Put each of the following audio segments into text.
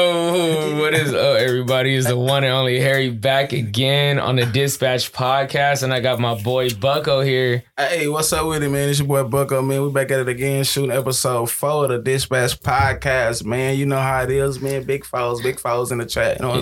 Yo, what is up, everybody? Is the one and only Harry back again on the Dispatch podcast, and I got my boy Bucko here. Hey, what's up with it, man? It's your boy Bucko, man. We back at it again, shooting episode four of the Dispatch Podcast, man. You know how it is, man. Big falls, big falls in the chat. You know what I'm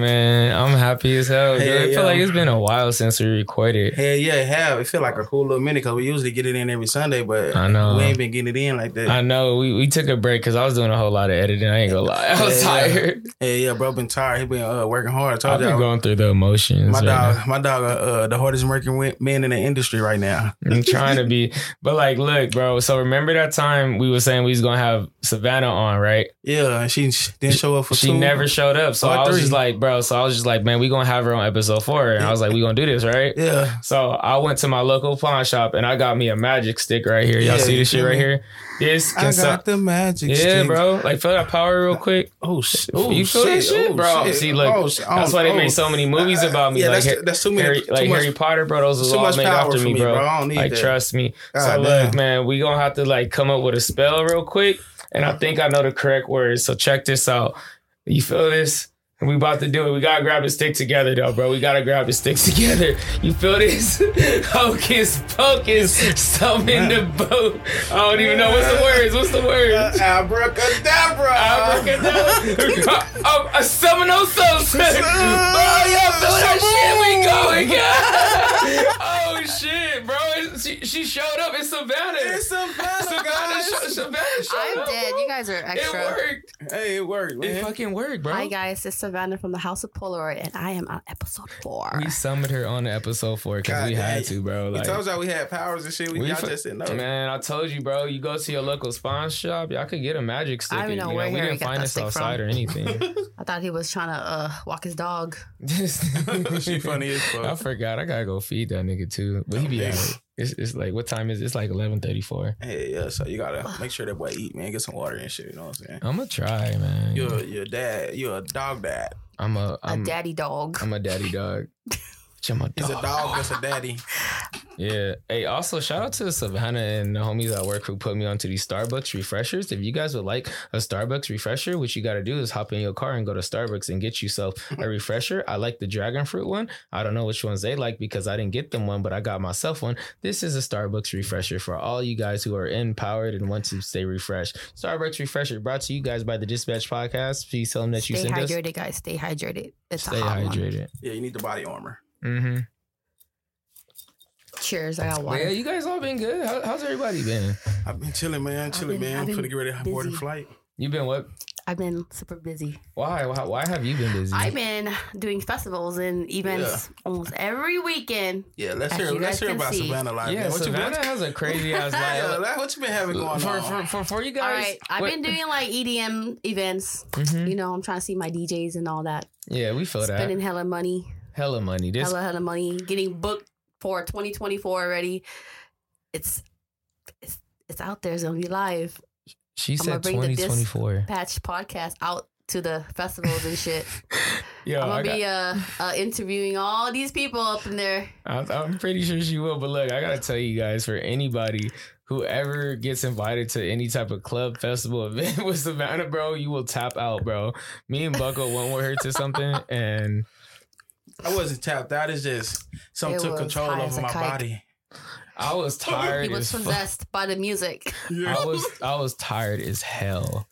Yeah, man, I'm happy as hell. dude. Hell I yeah. feel like it's been a while since we recorded. Hell yeah, hell. It feel like a cool little minute because we usually get it in every Sunday, but I know. we ain't been getting it in like that. I know we, we took a break because I was doing a whole lot of editing. I ain't gonna lie, I was Yeah, yeah. tired. Yeah, yeah, bro. Been tired. He been uh, working hard. I I've told been y'all. going through the emotions. My right now. dog, my dog, uh, uh, the hardest working wi- man in the industry right now. I'm trying to be, but like, look, bro. So remember that time we were saying we was gonna have Savannah on, right? Yeah, and she sh- didn't show up for she two. never showed up. So Or I was three. just like, bro. So I was just like, man, we gonna have her on episode four, and I was like, we gonna do this, right? Yeah, So I went to my local pawn shop and I got me a magic stick right here. Y'all Yeah, see you this shit feel right me? here? This I can got suck. the magic. Yeah, stick. bro. Like feel that power real quick. Oh shit! Oh, You feel that shit, bro? See, look, shit. That's why they made so many movies about me. Yeah, like that's, Har- that's too many. Harry, too like much, Harry Potter, bro. Those was too all much made power after for me, me, bro. bro. I don't need Like that. trust me. so God look, damn. man, we gonna have to like come up with a spell real quick, and Uh-huh. I think I know the correct words. So check this out. You feel this? We about to do it. We gotta grab the stick together, though, bro. We gotta grab the sticks together. You feel this? Hocus pocus, some in the boat. I don't even know what's the words. What's the Uh, words? Abracadabra. Abracadabra. Uh, Oh, a Seminole Sosa. Bro, y'all feel that shit? We going, guys. Oh, shit, bro. It's- She, she showed up. It's Savannah. It's some battle, Savannah, show, guys. Savannah showed I'm up. dead. You guys are It extra. worked. Hey, it worked, It man. fucking worked, bro. Hi guys, it's Savannah from the House of Polaroid, and I am on episode four. We summoned her on the episode four because God we had damn. to, bro. We Like, told y'all we had powers and shit. We, We y'all fu- just didn't know. man, I told you, bro. You go to your local spawn shop, y'all could get a magic stick. I don't you know where we Harry didn't got find that this stick outside from. or anything. I thought he was trying to uh, walk his dog. She funny as fuck. I forgot. I gotta go feed that nigga too. But he be Okay. out. It's, it's like what time is it? It's like eleven thirty four. Hey, yeah. So you gotta make sure that boy eat, man. Get some water and shit. You know what I'm saying? I'ma try, man. You're your dad. You're a dog dad. I'm a A I'm, daddy dog. Um, I'm a daddy dog. Bitch, I'm a He's dog. a dog. That's a daddy. Yeah. Hey, also shout out to Savannah and the homies at work who put me onto these Starbucks refreshers. If you guys would like a Starbucks refresher, what you got to do is hop in your car and go to Starbucks and get yourself a refresher. I like the dragon fruit one. I don't know which ones they like because I didn't get them one, but I got myself one. This is a Starbucks refresher for all you guys who are empowered and want to stay refreshed. Starbucks refresher brought to you guys by the Dispatch Podcast. Please tell them that you Stay sent us. hydrated, guys. Stay hydrated. It's Stay a hot one. hydrated. Yeah, you need the body armor. Mm-hmm. Cheers. I got water. Yeah, you guys all been good. How, how's everybody been? I've been chilling, man. Chilling, been- man. I've I'm been finna get ready to board the busy. flight. You been what? I've been super busy. Why? Why, why have you been busy? I've been doing festivals and events almost every weekend. Yeah, let's As hear. you Let's guys hear can about see. Savannah life. Yeah, man. What you been? Savannah has a crazy ass Yeah, life. like, what you been having going for, on? for, for, for you All guys. right, I've what- been doing like EDM events. Mhm. You know, I'm trying to see my DJs and all that. Yeah, we feel Spending that. hella money. Hella money. This hella hella money getting booked for 2024 already it's it's it's out there it's gonna be live she I'ma said bring the disc- 2024. patch podcast out to the festivals and shit Yo, i'm gonna Oh, I got, be uh, uh interviewing all these people up in there I'm, I'm pretty sure she will. But look, I gotta tell you guys, for anybody whoever gets invited to any type of club festival event with Savannah, bro, you will tap out, bro. Me and Bucko went with her to something, and I wasn't tapped out. It's just something It took was control high as over a my kite. body. I was he tired was as fuck. possessed by the music I was I was tired as hell.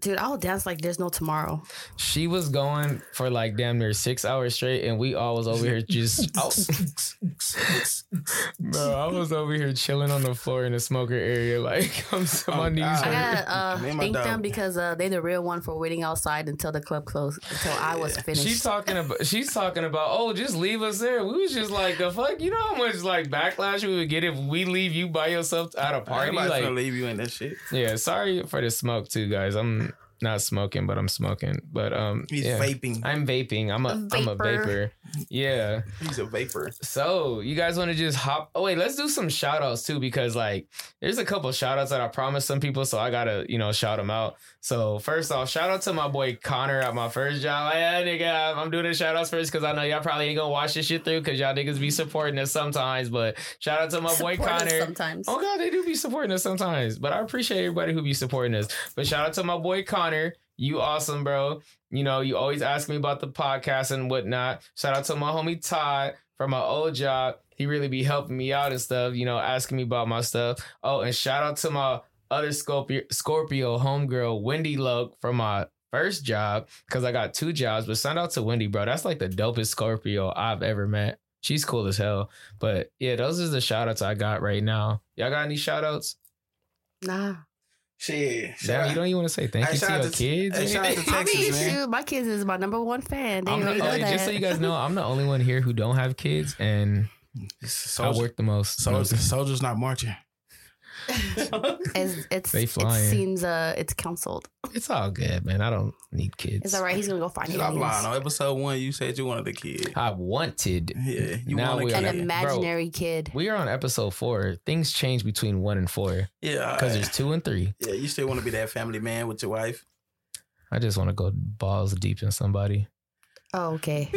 dude i'll dance like there's no tomorrow She was going for like damn near six hours straight, and we all was over here just. Bro, I was over here chilling on the floor in the smoker area. Like, I'm so my Oh, knees God. i hurt. gotta uh Me and my thank them dog. because uh they the real one for waiting outside until the club closed until i was finished She's talking about. She's talking about. Oh, just leave us there. We was just like the fuck. You know how much like backlash we would get if we leave you by yourself at a party. Everybody's Like, gonna leave you in that shit. yeah. Sorry for the smoke too, guys. I'm not smoking, but I'm smoking. But um, He's yeah. vaping. I'm vaping. I'm a. I'm a Vapor. vapor. Yeah. He's a vapor. So you guys want to just hop? Oh wait, let's do some shout outs too because like there's a couple shout outs that I promised some people, so I gotta you know shout them out. So first off, shout out to my boy Connor at my first job. Yeah, nigga, I'm doing the shout outs first because I know y'all probably ain't gonna watch this shit through because y'all niggas be supporting us sometimes. But shout out to my boy Support us Connor. sometimes Oh god, they do be supporting us sometimes, but I appreciate everybody who be supporting us. But shout out to my boy Connor. You awesome, bro. You know, you always ask me about the podcast and whatnot. Shout out to my homie Todd from my old job. He really be helping me out and stuff, you know, asking me about my stuff. Oh, and shout out to my other Scorpio, Scorpio homegirl, Wendy Luck from my first job, because I got two jobs. But shout out to Wendy, bro. That's like the dopest Scorpio I've ever met. She's cool as hell. But yeah, those is the shout outs I got right now. Y'all got any shout outs? Nah. Shit. Damn, you don't even want to say thank Hey, you shout to out your to- kids? Hey, or shout out to anything? I mean, Texas, man. shoot, my kids is my number one fan. They I'm don't the- know oh, that. just so you guys know, I'm the only one here who don't have kids and I Soldier, work Mm-hmm. the most. soldier, soldiers not marching. it's, it's, They it flying. seems uh, it's counseled. It's all good, man. I don't need kids. It's all right. He's gonna go find his Stop lying. niece. On episode one, you said you wanted a kid. I wanted. Yeah, you Now want a we an Yeah, kid. ima- imaginary kid. We are on episode four. Things change between one and four Yeah, because there's two and three. yeah, you still want to be that family man with your wife. I just want to go balls deep in somebody. Oh, okay.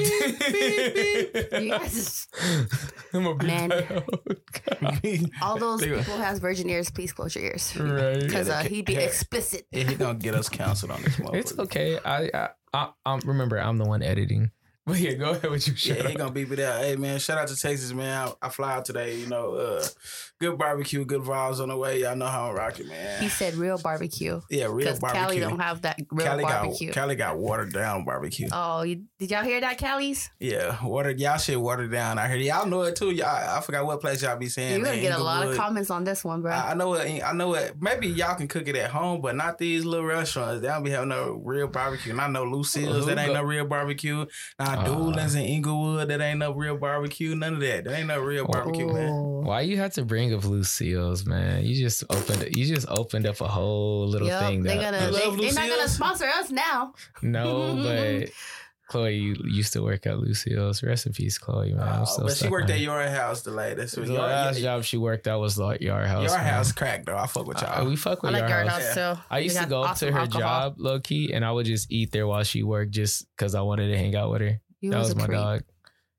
You guys is- I'm a big Man. all those They were- people who has virgin ears, please close your ears right. because uh, he'd be Yeah. explicit. Yeah, he gonna get us counseled on this motherfucker. It's okay. I, I, I, I remember I'm the one editing. But yeah, go ahead with your shit. Yeah, he gonna beat me down. Hey man, shout out to Texas, man. I, I fly out today. You know, uh, good barbecue, good vibes on the way. Y'all know how I'm rocking, He man. said real barbecue Yeah, real because Cali barbecue. don't have that real Cali barbecue. got Cali got watered down barbecue. oh, you, did y'all hear that, Cali's? Yeah, watered y'all shit watered down. I heard y'all know it too. Y'all, I forgot what place y'all be saying. You're gonna in get a lot of Inglewood. comments on this one, bro. I I know it. ain't- I know it. Maybe y'all can cook it at home, but not these little restaurants. They don't be having no real barbecue. And I know Lucille's that ain't no real barbecue. Now Uh. Doolin's in Inglewood that ain't no real barbecue. None of that. That ain't no real barbecue, man. Ooh. Why you had to bring up Lucille's, man? You just opened you just opened up a whole little Yup, thing they're that gonna, You they, love they're not gonna Lucille's? sponsor us now. No, but Chloe, you used to work at Lucille's recipes, Chloe, man. I'm Uh, so but she stuck worked on at it. your house, the latest. the Your, last your, job she worked at was like Yard House. your man. house cracked though. I fuck with Uh, y'all. we fuck I with like Yard Yard House. House too. I used They to got go up awesome to her alcohol. job low key, and I would just eat there while she worked, just because I wanted to hang out with her. You that was, was a my creep. dog.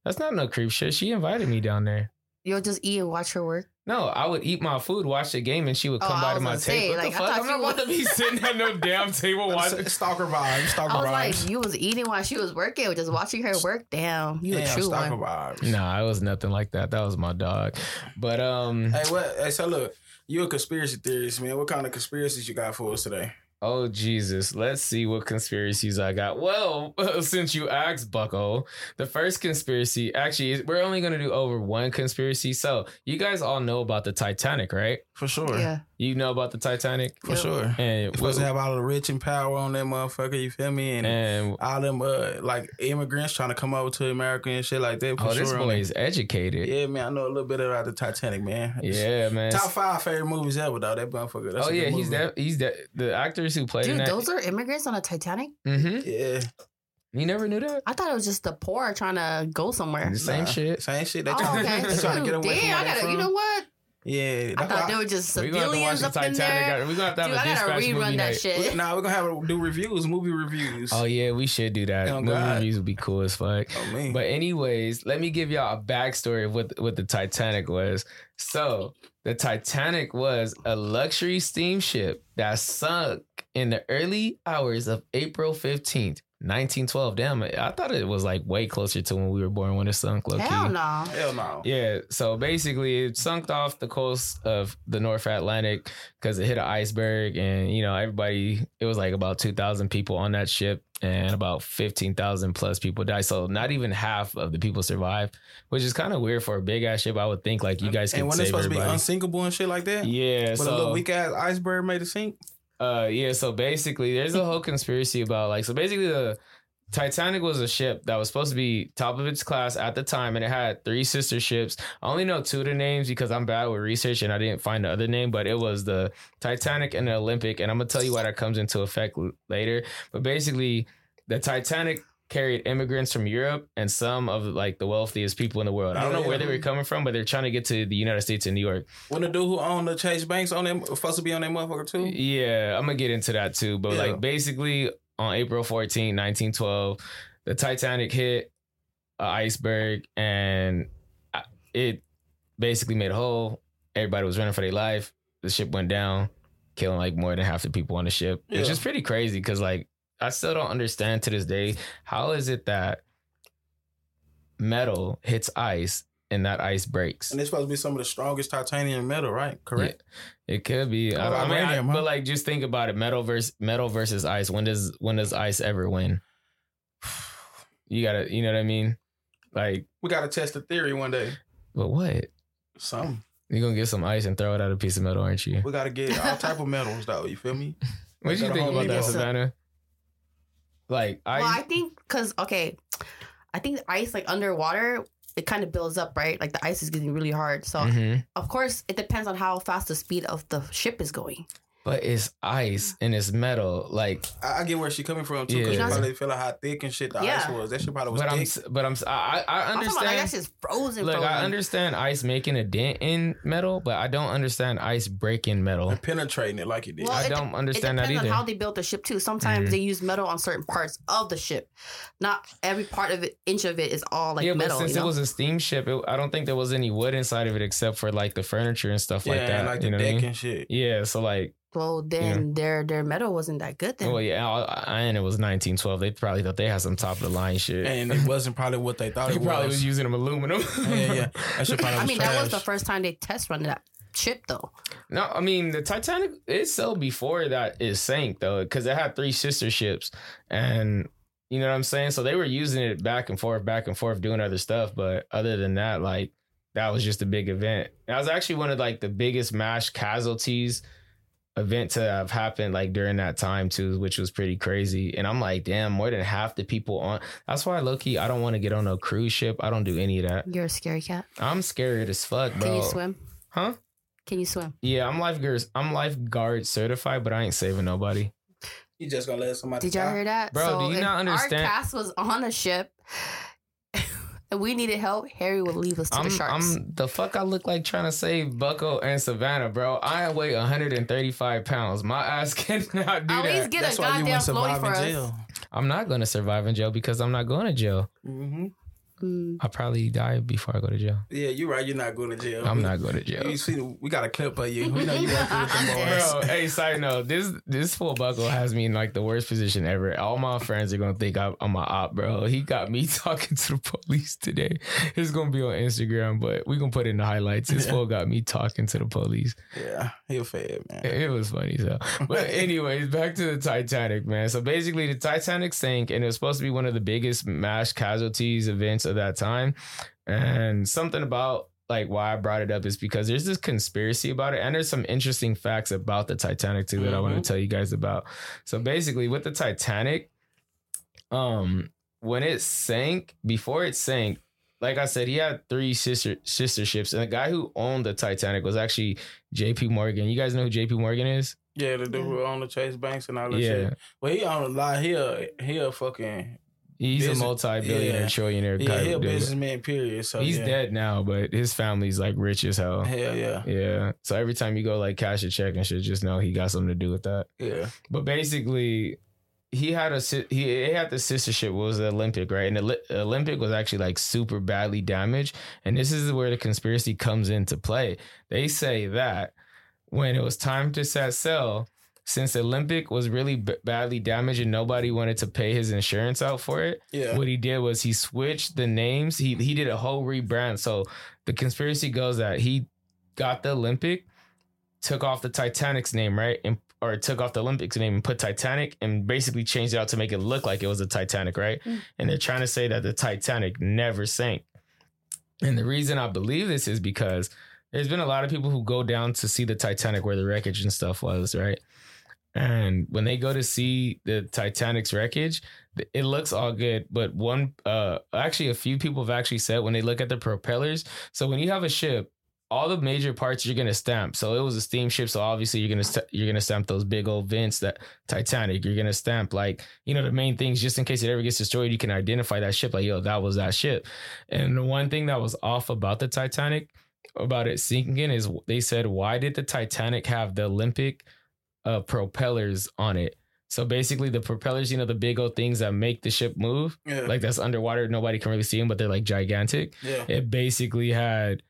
That's not no creep shit. She invited me down there. You'll just eat and watch her work. No, I would eat my food, watch the game, and she would Oh, come I by to was my gonna say, table. What like, the I fuck? thought I'm you not was- about to be sitting at no damn table watching. Stalker vibes. Stalker I was vibes. like, you was eating while she was working, just watching her work. Damn, you a Damn, true stalker one. vibes. No, I was nothing like that. That was my dog. But um, Hey, what? Hey, so look, you a conspiracy theorist, man. What kind of conspiracies you got for us today? oh Jesus, let's see what conspiracies I got. Well, since you asked, Bucko, the first conspiracy actually we're only gonna do over one conspiracy. So you guys all know about the Titanic, right? For sure. Yeah, You know about the Titanic, For sure. and Supposed to have all the rich and power on that motherfucker, you feel me? And and all them uh, like immigrants trying to come over to America and shit like that. For oh, sure. this boy is educated. Yeah, man, I know a little bit about the Titanic, man. Yeah, man. Top five favorite movies ever, though. That motherfucker. That's oh a yeah, good he's movie. that. He's that. The actors who played in dude, that. those are immigrants on a Titanic. hmm Yeah. You never knew that. I thought it was just the poor trying to go somewhere. Same shit. Same shit. They Oh, trying, okay. they trying to get away Damn, from I where they gotta. from. You know what? Yeah. I that's thought why they were just We gonna have to watch civilians the up in there. Titanic. We gonna have to have Dude, I a gotta dispatch movie rerun that night. shit. we- nah, we're gonna have do reviews, movie reviews. Oh yeah, we should do that. Oh, Movie God. reviews would be cool as fuck. Oh, man. But anyways, let me give y'all a backstory of what what the Titanic was. So the Titanic was a luxury steamship that sunk in the early hours of April fifteenth, nineteen twelve. Damn, I thought it was like way closer to when we were born when it sunk. Low Hell key. no. Hell no. Yeah, so basically it sunk off the coast of the North Atlantic because it hit an iceberg, and you know everybody. It was like about two thousand people on that ship, and about fifteen thousand plus people died. So not even half of the people survived, which is kind of weird for a big ass ship. I would think like you guys and can when it's save supposed to be everybody. unsinkable and shit like that. yeah, But so a little weak ass iceberg made it sink. uh yeah, so basically there's a whole conspiracy about like so basically the Titanic was a ship that was supposed to be top of its class at the time and it had three sister ships. I only know two of the names because I'm bad with research and I didn't find the other name, but it was the Titanic and the Olympic and I'm going to tell you why that comes into effect l- later. But basically the Titanic carried immigrants from Europe and some of like the wealthiest people in the world. I don't know where they were coming from, but they're trying to get to the United States and New York. When the dude who owned the Chase Banks on them supposed to be on that motherfucker too. Yeah, I'm gonna get into that too. But Yeah. like basically on April 14, 1912, the Titanic hit an iceberg and I- it basically made a hole. Everybody was running for their life. The ship went down, killing like more than half the people on the ship, which Yeah. is pretty crazy because like I still don't understand to this day how is it that metal hits ice and that ice breaks. And it's supposed to be some of the strongest titanium metal, right? Correct. It could be. Oh, I, don't- I mean, I- vibranium, huh? but like just think about it. Metal versus metal versus ice. When does when does ice ever win? You gotta you know what I mean? Like, We gotta test the theory one day. but what? Something. You're gonna get some ice and throw it at a piece of metal, aren't you? We gotta get all type of metals though. You feel me? What do Like you at think Home about that, Depot. Savannah? Like Well, I I think because okay, I think the ice like underwater it kind of builds up, right? Like the ice is getting really hard. So Mm-hmm. Mhm. of course it depends on how fast the speed of the ship is going. but it's ice and it's metal. Like I, I get where she coming from too, because Yeah. you probably feel like how thick and shit the ice Yeah. was. That shit probably was but I'm thick. s- but I'm s- I I- I I'm talking about, like that understand. shit's frozen. Look, frozen. I understand ice making a dent in metal, but I don't understand ice breaking metal. and penetrating it like it did. Well, I it de- don't It understand that depends on either. how they built the ship too. Sometimes Mhm. they use metal on certain parts of the ship. Not every part of it, inch of it is all like yeah, metal. but since you know? it was a steamship, it, I don't think there was any wood inside of it except for like the furniture and stuff yeah, like that. and like you the know what I deck mean? and shit. Yeah, so like, well, then their their metal wasn't that good then. well, Oh, yeah, I, I, and it was 1912. They probably thought they had some top of the line shit. And it wasn't probably what they thought they it probably was was. using them aluminum. Yeah, yeah. That shit probably I mean, that was the trash. first time they test run that ship though. No, I mean the Titanic itself before that it sank though, because it had three sister ships, and you know what I'm saying. So they were using it back and forth, back and forth, doing other stuff. But other than that, like that was just a big event. That was actually one of like the biggest mass casualties event to have happened like during that time too, which was pretty crazy. And I'm like, damn, more than half the people on. That's why low key, I don't want to get on a cruise ship. I don't do any of that. You're a scary cat. I'm scared as fuck, bro. Can you swim? Huh? Can you swim? Yeah, I'm lifeguard. I'm lifeguard certified, but I ain't saving nobody. You just gonna let somebody. Did y'all die? hear that? Bro, do you if not understand- Our cast was on a ship. and we needed help. Harry would leave us to I'm, the sharks. I'm the fuck I look like trying to save Bucko and Savannah, bro. I weigh 135 pounds. My ass cannot do At least that. get a goddamn floaty for us. I'm not gonna survive in jail because I'm not going to jail. Mm-hmm. Mm. I'll probably die before I go to jail. Yeah, you're right. You're not going to jail. I'm not going to jail. You see, the- we got a clip of you. We know you working with them boys. Bro, hey, side note, this this full buckle has me in like the worst position ever. All my friends are gonna think I'm, I'm a op, bro. He got me talking to the police today. It's gonna be on Instagram, but we gonna put it in the highlights. This fool got me talking to the police. Yeah, he a fed man. It was funny so. But anyways, back to the Titanic, man. So basically, the Titanic sank, and it was supposed to be one of the biggest mass casualties events of that time. And something about like why I brought it up is because there's this conspiracy about it, and there's some interesting facts about the Titanic too that I want to Mhm. tell you guys about. So basically, with the Titanic, um, when it sank, before it sank. Like I said, he had three sister sister ships, and the guy who owned the Titanic was actually JP Morgan. You guys know who JP Morgan is? Yeah, the dude who on the Chase Banks and all that Yeah. shit. Well, he on a lot. He a he a fucking He's Business- a multi billionaire, yeah. trillionaire yeah. guy. He a dude. businessman. Period. So He's yeah. dead now, but his family's like rich as hell. Hell yeah, Yeah. So every time you go like cash a check and shit, just know he got something to do with that. yeah. But But basically, he had a si- he, he had the sister ship what was the Olympic, right? And the Oli- Olympic was actually like super badly damaged, and this is where the conspiracy comes into play. They say that when it was time to set sail, since the Olympic was really b- badly damaged and nobody wanted to pay his insurance out for it, yeah. what he did was he switched the names. He he did a whole rebrand. So the conspiracy goes that he got the Olympic, took off the Titanic's name, right? And or took off the Olympics name and put Titanic and basically changed it out to make it look like it was a Titanic, right? Mm. And they're trying to say that the Titanic never sank. And the reason I believe this is because there's been a lot of people who go down to see the Titanic where the wreckage and stuff was, right? And when they go to see the Titanic's wreckage, th- it looks all good. But one, uh, actually, a few people have actually said when they look at the propellers. So when you have a ship, all the major parts you're gonna stamp. So it was a steamship, so obviously you're gonna st- you're gonna stamp those big old vents that Titanic. You're gonna stamp like you know the main things just in case it ever gets destroyed. You can identify that ship like yo, that was that ship. And the one thing that was off about the Titanic, about it sinking, is they said why did the Titanic have the Olympic uh, propellers on it? So basically, the propellers, you know, the big old things that make the ship move, Yeah. like that's underwater, nobody can really see them, but they're like gigantic yeah. it basically had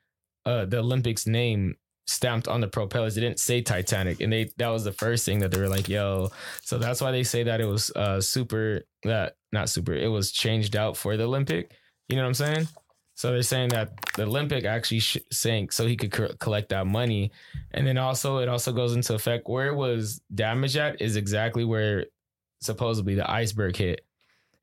uh the Olympics name stamped on the propellers. They didn't say Titanic, and they that was the first thing that they were like, "Yo." So that's why they say that it was uh super that not super. It was changed out for the Olympic. You know what I'm saying? So they're saying that the Olympic actually sh- sank so he could co- collect that money, and then also it also goes into effect where it was damaged at is exactly where supposedly the iceberg hit,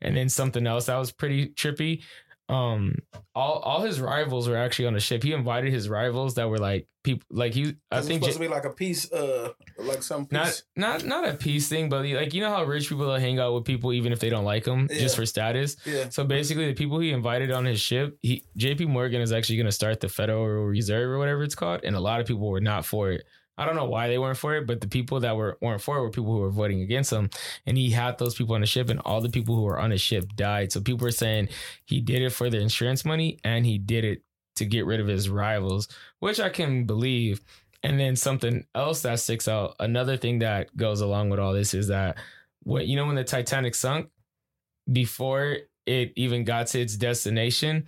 and then something else that was pretty trippy. Um, all all his rivals were actually on the ship. He invited his rivals that were like people like he. I It's think supposed J- to be like a piece, uh, like some piece. not not not a peace thing, but like you know how rich people will hang out with people even if they don't like them just Yeah. for status. yeah. So basically, the people he invited on his ship, he JP Morgan is actually going to start the Federal Reserve or whatever it's called, and a lot of people were not for it. I don't know why they weren't for it, but the people that were weren't for it were people who were voting against him, and he had those people on the ship, and all the people who were on his ship died. So people were saying he did it for the insurance money, and he did it to get rid of his rivals, which I can believe. And then something else that sticks out, another thing that goes along with all this is that what you know when the Titanic sunk, before it even got to its destination,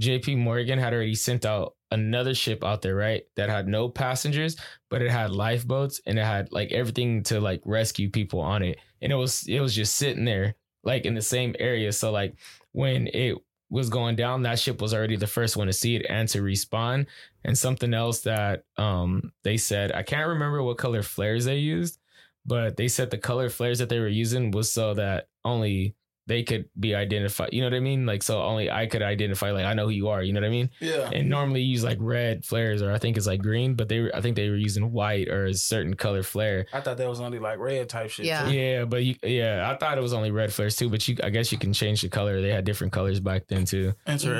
JP Morgan had already sent out another ship out there, right? That had no passengers, but it had lifeboats and it had like everything to like rescue people on it. And it was it was just sitting there, like in the same area. So like when it was going down, that ship was already the first one to see it and to respawn. And something else that um they said, I can't remember what color flares they used, but they said the color flares that they were using was so that only they could be identified. You know what I mean? Like, so only I could identify, like, I know who you are. You know what I mean? Yeah. And normally you use like red flares, or I think it's like green, but they were, I think they were using white or a certain color flare. I thought that was only like red type shit. Yeah. too. Yeah, but you, yeah, I thought it was only red flares too, but you, I guess you can change the color. They had different colors back then too. Interesting.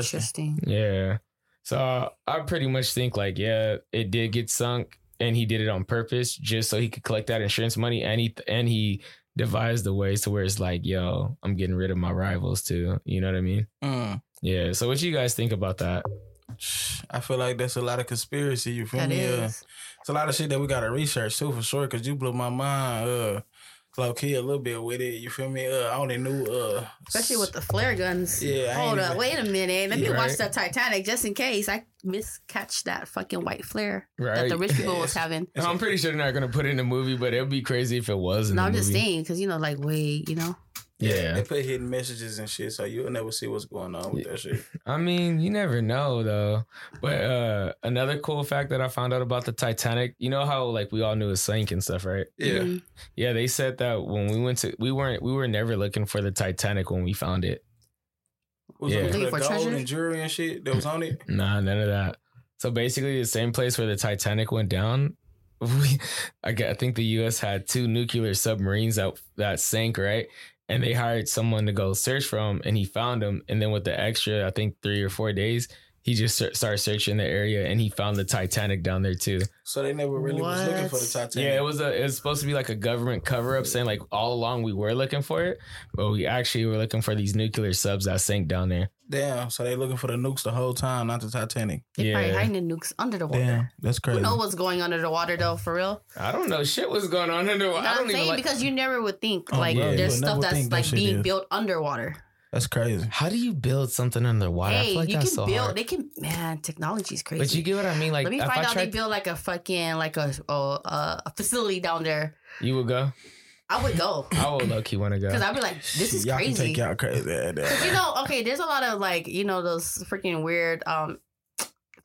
Interesting. Yeah. So I pretty much think like, yeah, it did get sunk and he did it on purpose just so he could collect that insurance money. And he, and he devised the ways to where it's like, yo, I'm getting rid of my rivals too. You know what I mean? Mm. Yeah. So what you guys think about that? I feel like that's a lot of conspiracy. You feel That me? is. Yeah. It's a lot of shit that we gotta research too for sure, cause you blew my mind, uh low key a little bit with it. You feel me? Uh I only knew uh Especially with the flare guns. Yeah, I Hold ain't up. even- Wait a minute. Let me Yeah, watch right. the Titanic just in case I miscatch that fucking white flare that Right. the rich people was having. I'm pretty sure they're not gonna put it in a movie, but it'd be crazy if it was. In No, the I'm just movie. saying because you know, like, wait, you know, Yeah. They put hidden messages and shit, so you'll never see what's going on with that shit. I mean, you never know though. But uh another cool fact that I found out about the Titanic, you know how like we all knew it sank and stuff, right? Mhm. Yeah, they said that when we went to we weren't we were never looking for the Titanic when we found it. Was Yeah. it Looking the for gold treasure? and jewelry and shit that was on it? Nah, none of that. So basically the same place where the Titanic went down. We, I, gu- I think the U.S. had two nuclear submarines that that sank, right? And they hired someone to go search for him, and he found him. And then with the extra, I think three or four days, he just ser- started searching the area, and he found the Titanic down there too. So they never really was looking What? for the Titanic. Yeah, it was a it was supposed to be like a government cover up, saying like all along we were looking for it, but we actually were looking for these nuclear subs that sank down there. Damn, so they looking for the nukes the whole time, not the Titanic. they probably Yeah. hiding the nukes under the water. Damn, that's Who crazy. know what's going under the water though, for real? I don't know shit was going on under. You know I what I'm don't even saying? like. because you never would think Oh, like yeah, you there's would stuff never that's think that like shit being is. built underwater. That's crazy. How do you build something underwater? I hey, feel like you can that's so build. hard. They can. Man, technology's crazy. But you get what I mean. Like, Let me if find I out they tried, build like a fucking like a a, a a facility down there. you would go. I would go I would low key want to because go. I'd be like, this is y'all crazy. can take y'all crazy. at that. But you know, okay, there's a lot of like, you know, those freaking weird um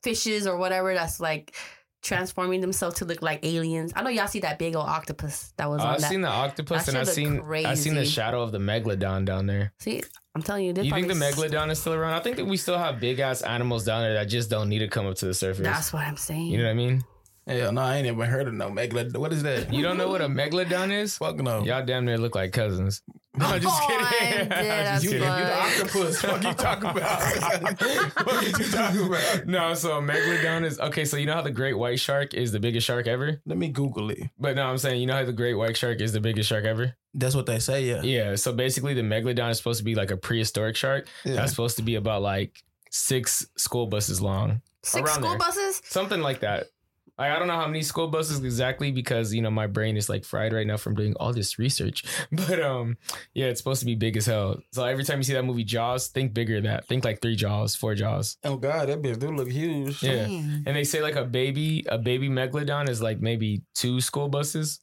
fishes or whatever that's like transforming themselves to look like aliens. I know y'all see that big old octopus that was on Uh, I've that. Oh, seen the octopus that and I've shit seen look i seen the crazy. shadow of the megalodon down there. see, I'm telling you, they you think the probably s- megalodon is still around? I think that we still have big ass animals down there that just don't need to come up to the surface. That's what I'm saying. you know what I mean? Hell no, I ain't even heard of no megalodon. What is that? You don't know what a megalodon is? Fuck no. Y'all damn near look like cousins. No, Come I'm just kidding. I'm on, dude, Oh, that's just You, you kidding. the Fuck. octopus. Fuck you talking about? Fuck you talking about? No, so a megalodon is okay. So you know how the great white shark is the biggest shark ever, Let me Google it. but no, I'm saying you know how the great white shark is the biggest shark ever. That's what they say. Yeah. Yeah, so basically the megalodon is supposed to be like a prehistoric shark. Yeah. That's supposed to be about like six school buses long, Six around school there. buses? something like that. Like, I don't know how many school buses exactly because you know my brain is like fried right now from doing all this research. But um, yeah, it's supposed to be big as hell. So every time you see that movie Jaws, think bigger than that. Think like three Jaws, four Jaws. Oh God, that bitch do look huge. Yeah. Damn. And they say like a baby, a baby megalodon is like maybe two school buses.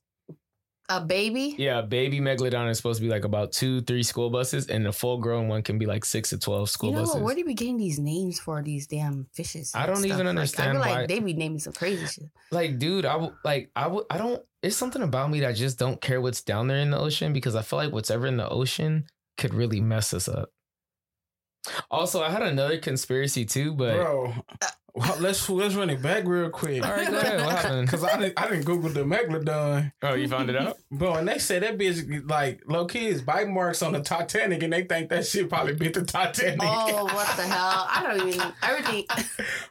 A baby? Yeah, a baby megalodon is supposed to be like about two, three school buses, and a full grown one can be like six to twelve school you know buses. what? Where do we getting these names for these damn fishes? I and don't even Like, I understand feel like why- they be naming some crazy shit. like dude i w- like i would i don't it's something about me that I just don't care what's down there in the ocean because i feel like what's ever in the ocean could really mess us up also i had another conspiracy too but Bro, well, let's let's run it back real quick. all right go ahead what happened Cause I didn't I didn't Google the megalodon, oh you found it out bro, and they said that bitch like low key is bite marks on the Titanic, and they think that shit probably bit the Titanic. Oh, what the hell? I don't even. Everything.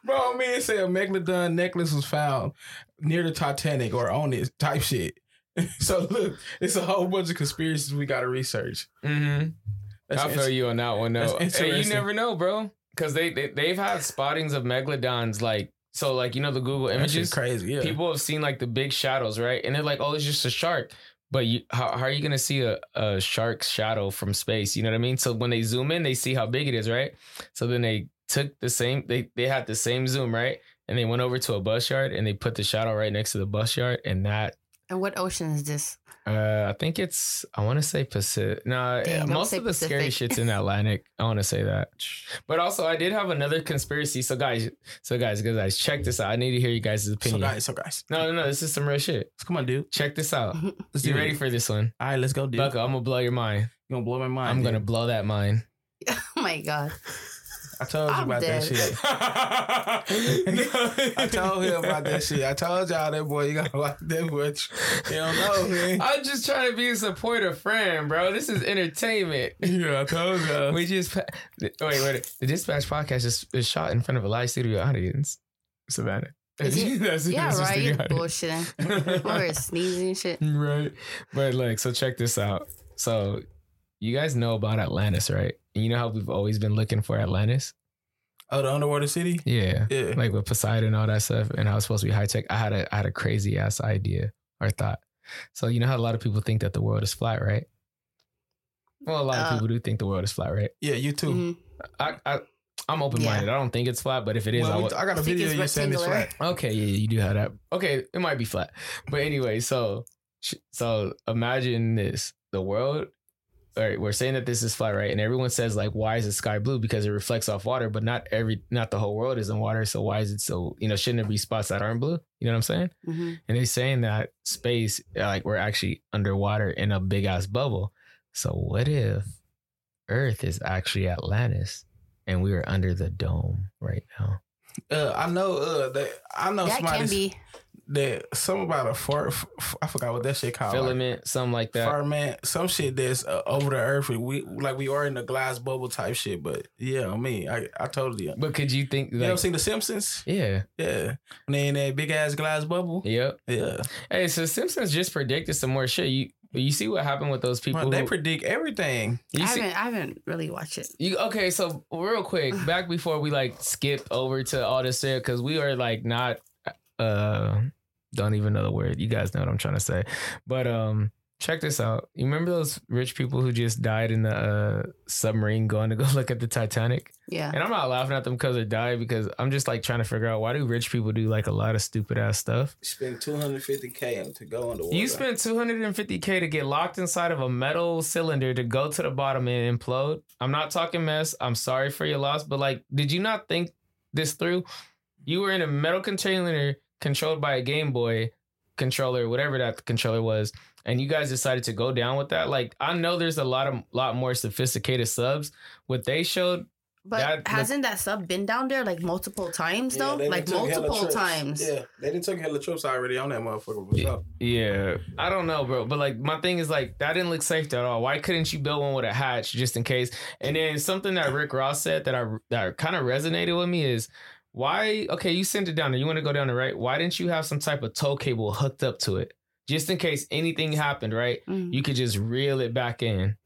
Bro, I mean, it said a megalodon necklace was found near the Titanic or on it, type shit. so look, it's a whole bunch of conspiracies we got to research. mm-hmm. i feel you on that one though that's hey you interesting. never know bro because they, they they've had spottings of megalodons like so like you know the google That shit images crazy. Yeah, people have seen like the big shadows, right? And they're like, oh, it's just a shark. But you, how, how are you gonna see a, a shark's shadow from space? You know what I mean? So when they zoom in, they see how big it is, right? So then they took the same, they they had the same zoom, right? And they went over to a bus yard and they put the shadow right next to the bus yard, and that and what ocean is this? uh, I think it's I want to say Pacific. No, Dang, don't most say of the scary Pacific. shit's in Atlantic. I want to say that. But also, I did have another conspiracy. So guys, so guys, guys, check this out. I need to hear you guys' so opinion. guys, so guys, No, no, no. This is some real shit. come on, dude. Check this Mm-hmm. out. Let's You do it. ready for this one? All right, let's go, dude. Bucko, I'm gonna blow your mind. You gonna blow my mind? I'm dude. gonna blow that mind. Oh my god. I told you I'm about dead. that shit. I I told him about that shit. I told y'all that boy, you gotta watch that boy. You don't know, man. I'm just trying to be a supportive friend, bro. This is entertainment. Yeah, I told y'all. We just pa- wait, wait. The Dispatch podcast is, is shot in front of a live studio audience, Savannah. Is it? That's- Yeah, that's a right. studio You audience. bullshitting. Or sneezing and shit. right. But like, so check this out. So you guys know about Atlantis, right? And you know how we've always been looking for Atlantis. Oh, the underwater city. Yeah. Yeah. like with Poseidon and all that stuff, and how it's supposed to be high tech. I had a I had a crazy ass idea or thought. So you know how a lot of people think that the world is flat, right? Well, a lot of Uh, people do think the world is flat, right? Yeah, you too. Mhm. I, I I'm open minded. I don't think it's flat, but if it is, I Well, would. I got a I think video it's of you saying it's rectangular. flat. Okay, yeah, you do have that. Okay, it might be flat, but anyway, so sh- so imagine this: the world. All right, we're saying that this is flat, right? And everyone says like, why is the sky blue? Because it reflects off water, but not every, not the whole world is in water. So why is it so? You know, shouldn't there be spots that aren't blue? You know what I'm saying? Mhm. And they're saying that space, uh, like we're actually underwater in a big ass bubble. So what if Earth is actually Atlantis and we are under the dome right now? Uh, I know. Uh, that I know That somebody can be. that some about a fart. F- f- I forgot what that shit called. Filament, something Oh, like Like, that. firmament, some shit that's uh, over the earth. We like we are in the glass bubble type shit. But yeah, I mean, I I totally. uh, You But could you think like, ever seen The Simpsons? yeah, Yeah, when they in that big ass glass bubble. yep. Yeah, Hey, so Simpsons just predicted some more shit. You you see what happened with those people? Bro, they who- predict everything. you I see, haven't. I haven't really watched it. You okay? So real quick, back before we like skip over to all this there, because we are like not uh don't even know the word. You guys know what I'm trying to say. But um check this out. You remember those rich people who just died in the uh submarine going to go look at the Titanic? Yeah. And I'm not laughing at them because they died because I'm just like trying to figure out why do rich people do like a lot of stupid ass stuff? Spend two hundred fifty k to go underwater. You spent 250k to get locked inside of a metal cylinder to go to the bottom and implode. I'm not talking mess. I'm sorry for your loss, but like, did you not think this through? You were in a metal container controlled by a Game Boy controller, whatever that controller was, and you guys decided to go down with that. Like, I know there's a lot of lot more sophisticated subs. What they showed, But That- hasn't that sub been down there like multiple times though? like multiple times. Yeah, they didn't took hella trips already on that motherfucker. For Yeah. sure. yeah, I don't know, bro. But like, my thing is like that didn't look safe at all. Why couldn't you build one with a hatch just in case? And then something that Rick Ross said that I that kind of resonated with me is why okay, you sent it down there, you want to go down there, right? Why didn't you have some type of tow cable hooked up to it? Just in case anything happened, right? Mm. You could just reel it back in.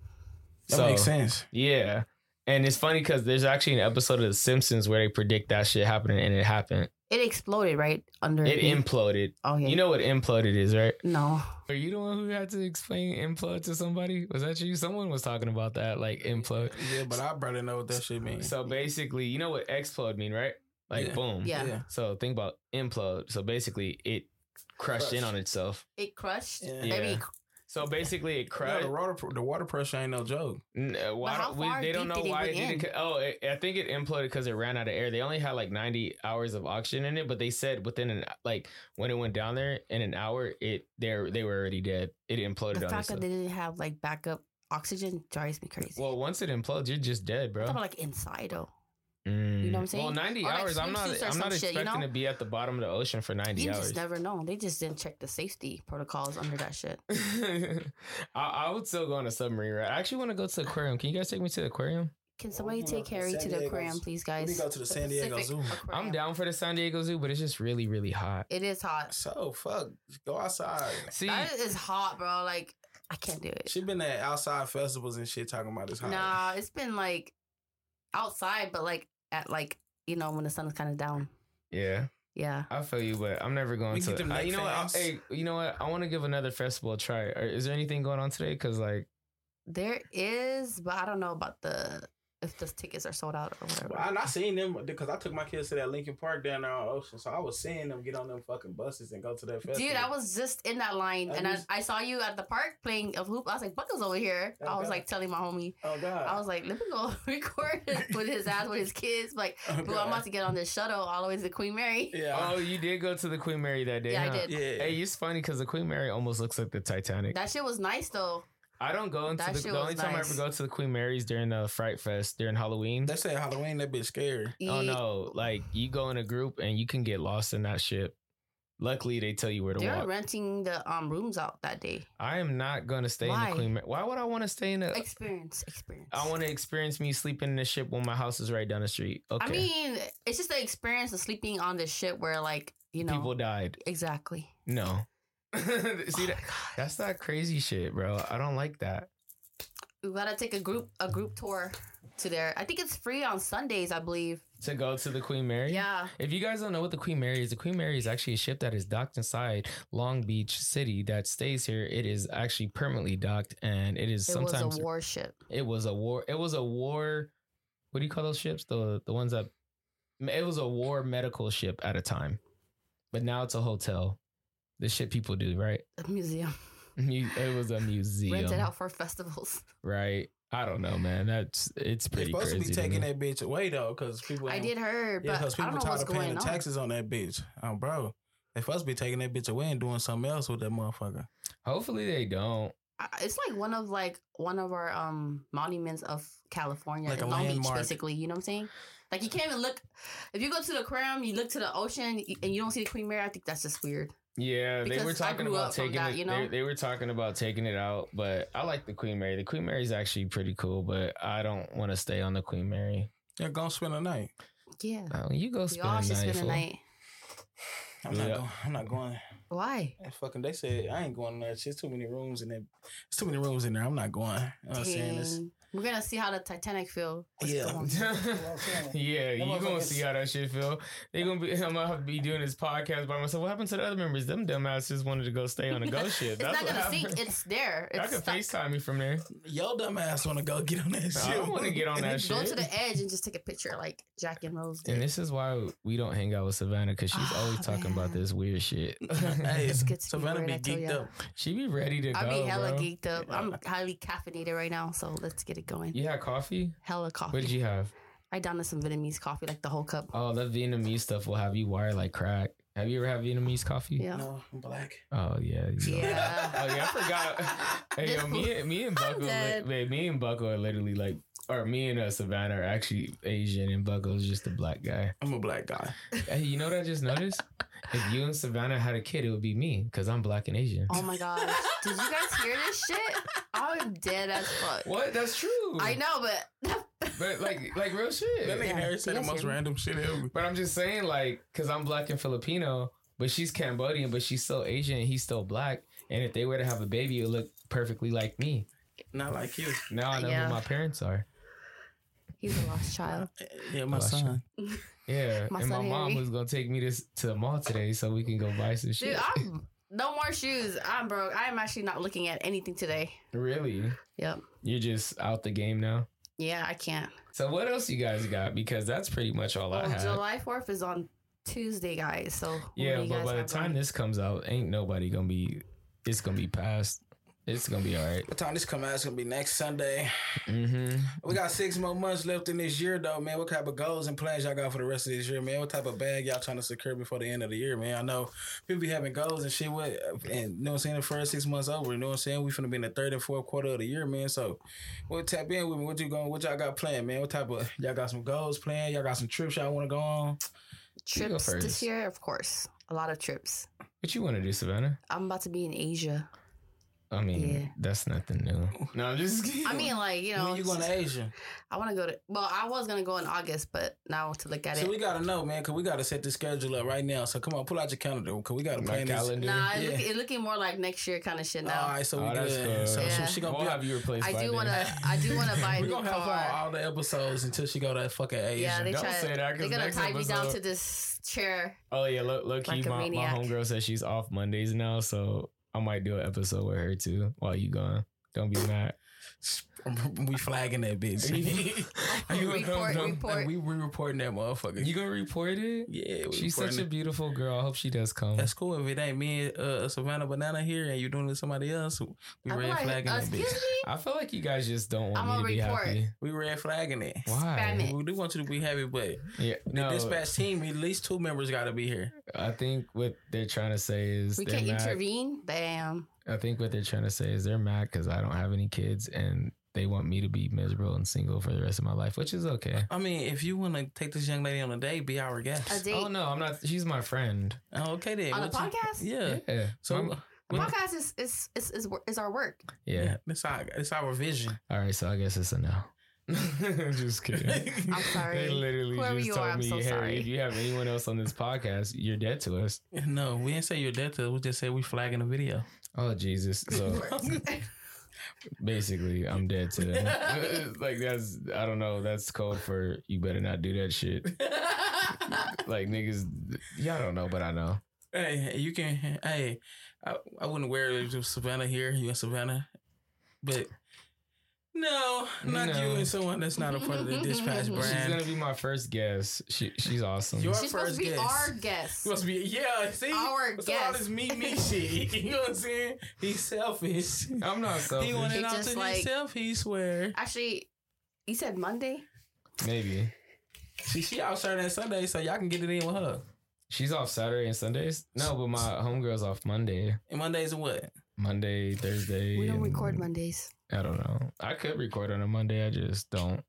That so makes sense. yeah. And it's funny because there's actually an episode of The Simpsons where they predict that shit happening and it happened. It exploded right under. It imploded. Oh yeah. You know what imploded is, right? No. Are you the one who had to explain implode to somebody? Was that you? Someone was talking about that, like implode. Yeah, but I barely know what that shit means. So basically, you know what explode mean, right? Like Yeah. boom. Yeah. So think about implode. So basically, it crushed in Crushed. on itself. It crushed. Yeah. I mean, Yeah. So basically, it Yeah, crushed. the water pr- the water pressure ain't no joke. N- uh, why how don't we, far they don't deep know did it why it went did in? it. co- Oh, it, I think it imploded because it ran out of air. They only had like 90 hours of oxygen in it, but they said within an like when it went down there in an hour, it there they were already dead. It imploded the on fact that itself. they didn't have like backup oxygen drives me crazy. Well, once it implodes, you're just dead, I bro. thought about like inside though. Mm. know what I'm saying? Well, 90 Or, like, hours. I'm not. swimsuits or I'm some not shit, you expecting know? to be at the bottom of the ocean for 90 You hours. just never know. They just didn't check the safety protocols under that shit. I, I would still go on a submarine ride. I actually want to go to the aquarium. Can you guys take me to the aquarium? Can Well, somebody we can go take to Harry San to the Diego's. aquarium, please, Let guys? me go to the San Diego Pacific Zoo. Aquarium. I'm down for the San Diego Zoo, but it's just really, really hot. It is hot. So fuck, go outside. See, That is hot, bro. Like I can't do it. She been at outside festivals and shit talking about this. hot. Nah, it's been like outside, but like at like you know when the sun is kind of down. yeah. Yeah. I feel you, but I'm never going We to. get them I- you neck know what? I'll- fans. hey, you know what? I want to give another festival a try. Are- Is there anything going on today? Because like, There is, but I don't know about the if the tickets are sold out or whatever. Well, and I seen them because I took my kids to that Lincoln Park down there on Ocean, so I was seeing them get on them fucking buses and go to that festival. Dude, I was just in that line I and I, used- I saw you at the park playing of hoop. I was like, Buckles over here. Oh, I was God. like telling my homie, Oh god, I was like, let me go record it with his ass with his kids. Like, Oh, boo, I'm God. about to get on this shuttle all the way to Queen Mary. yeah, oh, you did go to the Queen Mary that day. Yeah, I huh? did. yeah. Hey, it's funny because the Queen Mary almost looks like the Titanic. That shit was nice though. I don't go into that the, the shit was only time I nice. ever go to the Queen Mary's during the Fright Fest during Halloween. they say Halloween that bitch scary. oh Ye- no, like you go in a group and you can get lost in that ship. Luckily, they tell you where to They were walk. renting the um rooms out that day. I am not going to stay in Why? the Queen Mary. Why would I want to stay in Uh, a? Experience, experience. I want to experience me sleeping in the ship when my house is right down the street. Okay. I mean, it's just the experience of sleeping on this ship where like, you know People died. exactly. No. See Oh that, my God. that's that crazy shit, bro. I don't like that. We gotta take a group a group tour to there. I think it's free on Sundays, I believe. To go to the Queen Mary. Yeah. If you guys don't know what the Queen Mary is, the Queen Mary is actually a ship that is docked inside Long Beach City that stays here. It is actually permanently docked, and it is It sometimes was a warship. it was a war. It was a war. What do you call those ships? The the ones that it was a war medical ship at a time, but now it's a hotel. The shit people do, right? A museum. Mu- It was a museum. Rented out for festivals. right? I don't know, man. That's it's They pretty supposed to crazy. be to taking me. that bitch away though, because people. I ain't- did hear, Yeah, but because I people don't know tired what's of paying going the on. taxes on that bitch. Oh, bro, they supposed to be taking that bitch away and doing something else with that motherfucker. Hopefully they don't. I- It's like one of like one of our um monuments of California, Like a in Long landmark. Beach, basically. You know what I'm saying? Like you can't even look. If you go to the aquarium, you look to the ocean, y- and you don't see the Queen Mary. I think that's just weird. Yeah, they Because were I talking grew about up from taking that, it. you they, know? they were talking about taking it out, but I like the Queen Mary. The Queen Mary is actually pretty cool, but I don't want to stay on the Queen Mary. They're gonna spend the night. Yeah, Oh, you go we spend all a should night. spend a fool. night. I'm Yeah. not. Going, I'm not going. Why? And fucking, they said I ain't going there. It's just too many rooms in there. It's too many rooms in there. I'm not going. I'm not saying this. Dang. We're gonna see how the Titanic feel. Yeah. yeah, you motherfucker gonna is- see how that shit feel. They gonna be. I'm gonna have to be doing this podcast by myself. What happened to the other members? Them dumbasses just wanted to go stay on a ghost ship. It's That's not what gonna happened. sink. It's there. I It's could stuck. FaceTime me from there. Yo, dumb ass want to go get on that shit. I want to get on that shit. Go to the edge and just take a picture, like Jack and Rose And did. this is why we don't hang out with Savannah because she's Ah, always talking about man. this weird shit. hey, It's good to be Savannah weird, be I tell geeked ya. up. she be ready to go. I be hella bro. geeked up. I'm highly caffeinated right now, so let's get it going. You had coffee? Hella coffee. What did you have? I downed some Vietnamese coffee, like the whole cup. Oh, that Vietnamese stuff will have you wired like crack. Have you ever had Vietnamese coffee? Yeah. No, I'm black. Oh yeah. you know. Yeah. Oh yeah, I forgot. Hey, yo, me, and- me and Buckle, dead. li- wait, me and Buckle are literally like, or me and uh, Savannah are actually Asian, and Buckle's just a black guy. I'm a black guy. Hey, you know what I just noticed? if you and Savannah had a kid, it would be me because I'm black and Asian. Oh my gosh. Did you guys hear this shit? I'm dead as fuck. What? That's true. I know, but But like, like real shit. That nigga Yeah. Harry said Do the you guys most hear me? random shit ever. But I'm just saying, like, because I'm black and Filipino, but she's Cambodian, but she's still Asian and he's still black. And if they were to have a baby, it would look perfectly like me. Not like you. Now I know Yeah. who my parents are. He's a lost Oh, child. Yeah, my Lost son. Yeah, My and my son mom Harry. was gonna take me to to the mall today so we can go buy some Dude, shit. I'm no more shoes. I'm broke. I am actually not looking at anything today. really, Yep. you're just out the game now. Yeah, I can't. So what else you guys got? Because that's pretty much all I Well, have. Oh, July 4th is on Tuesday, guys. So what do yeah, you but guys by the have time on? this comes out, ain't nobody gonna be. It's gonna be past. It's gonna be all right. What time this come out? It's gonna be next Sunday. Mm-hmm. We got six more months left in this year, though, man. What type of goals and plans y'all got for the rest of this year, man? What type of bag y'all trying to secure before the end of the year, man? I know people be having goals and shit. What and you know what I'm saying? The first six months over, you know what I'm saying? We finna be in the third and fourth quarter of the year, man. So, what tap in with me? What you going? What y'all got planned, man? What type of y'all got some goals planned? Y'all got some trips y'all want to go on? You go trips first. this year, of course. A lot of trips. What you want to do, Savannah? I'm about to be in Asia. I mean, Yeah. that's nothing new. No, I'm just kidding. I mean, like, you know, when you going to Asia? I want to go to, well, I was going to go in August, but now to look at So it. we gotta know, man, cause we gotta set the schedule up right now. So come on, pull out your calendar, cause we gotta my plan this. calendar. nah, it Yeah. Ah, look, it's looking more like next year kind of shit now. All right, so Oh, we that's good. good. So, so Yeah. she gonna We'll be have you replaced. I by do then. want to, I do want to buy a We're new gonna have her on car. all the episodes until she go to fucking Asia. Yeah, they Don't try. say that, 'cause they're gonna next tie me down episode- to this chair. Oh yeah, look, look, Like a my, my maniac. homegirl says she's off Mondays now, so I might do an episode with her too while you gone. Don't be mad. we flagging that bitch. You Report, gonna come- report. we we reporting that motherfucker. You gonna report it? yeah, we She's reporting such a it. beautiful girl. I hope she does come. That's cool if it ain't me, and, uh, Savannah Banana here, and you doing it to somebody else. We I'm red like, flagging uh, that excuse bitch. me. I feel like you guys just don't want I'm me to gonna be report. happy. We red flagging it. Why? Spam We do want you to be happy, but Yeah, no. the dispatch team, at least two members got to be here. I think what they're trying to say is We they're can mad. intervene. Bam. I think what they're trying to say is they're mad because I don't have any kids and they want me to be miserable and single for the rest of my life, which is okay. I mean, if you want to take this young lady on a date, be our A guest. date Oh no, I'm not. She's my friend. Oh, okay, then. on a What you- podcast. Yeah. Yeah. So, My- yeah. Podcast is is is is, wor- is our work. yeah. That's our, that's our vision. All right, so I guess it's a no. just kidding. I'm They sorry. literally Whoever just you told are, I'm me, so Harry, sorry." if you have anyone else on this podcast, you're dead to us. No, we didn't say you're dead to us. We just said we flagging the video. Oh Jesus! So basically, I'm dead to them. like that's I don't know. That's code for you better not do that shit. Like niggas, y'all don't know, but I know. hey, you can. Hey, I, I wouldn't wear it to Savannah here. You in Savannah, but no, not No. you and someone that's not a part of the Dispatch She's She's brand. gonna be my first guest. She she's awesome. You're- She's supposed to be First guest. our guest. Supposed to be yeah. See, Our What's all guest. this me me shit. You know what I'm saying? He's selfish. I'm not selfish. He wanted it It's all just to like- himself. He swear. Actually, you said Monday. Maybe She she out Saturday and Sunday, so y'all can get it in with her. she's off Saturday and Sundays. No, but my homegirl's off Monday, And Mondays and what? Monday, Thursday. We don't and- record Mondays. I don't know. I could record on a Monday. I just don't.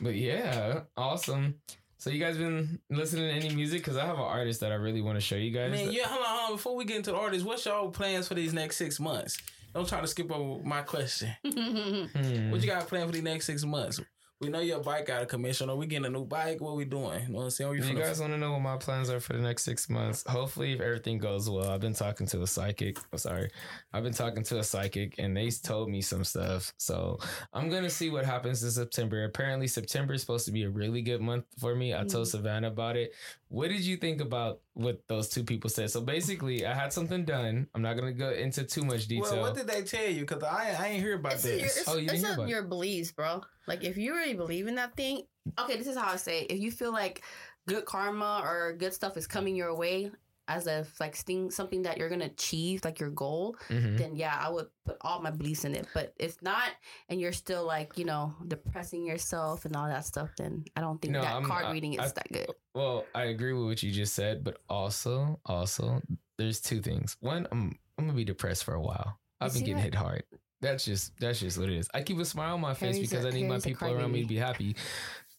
But yeah, awesome. So you guys been listening to any music? Because I have an artist that I really want to show you guys. Man, yeah, hold on, hold on. Before we get into the artists, what's y'all plans for these next six months? Don't try to skip over my question. Hmm. What you got planned for the next six months? We know your bike got a commission. Are we getting a new bike? What we doing? You know what I'm saying? Are we If you finna- guys want to know what my plans are for the next six months, hopefully, if everything goes well, I've been talking to a psychic. I'm sorry. I've been talking to a psychic and they told me some stuff. So I'm going to see what happens in September. Apparently, September is supposed to be a really good month for me. I Mm. told Savannah about it. What did you think about what those two people said? So basically, I had something done. I'm not going to go into too much detail. well, what did they tell you? Because I, I ain't hear about It's, your, this. it's, Oh, you didn't it's hear up about it. your beliefs, bro. Like if you really believe in that thing, okay, this is how I say. It. If you feel like good karma or good stuff is coming your way as a like thing, something that you're gonna achieve, like your goal, Mhm. then yeah, I would put all my beliefs in it. But if not, and you're still like you know depressing yourself and all that stuff, then I don't think No, that I'm- card I- reading is I- Oh, that good. Uh, Well, I agree with what you just said, but also, also, there's two things. One, I'm I'm gonna be depressed for a while. I've been You see getting that? hit hard. That's just that's just what it is. I keep a smile on my face Harry's a- because I need my Harry's a people around me to crybaby. be happy.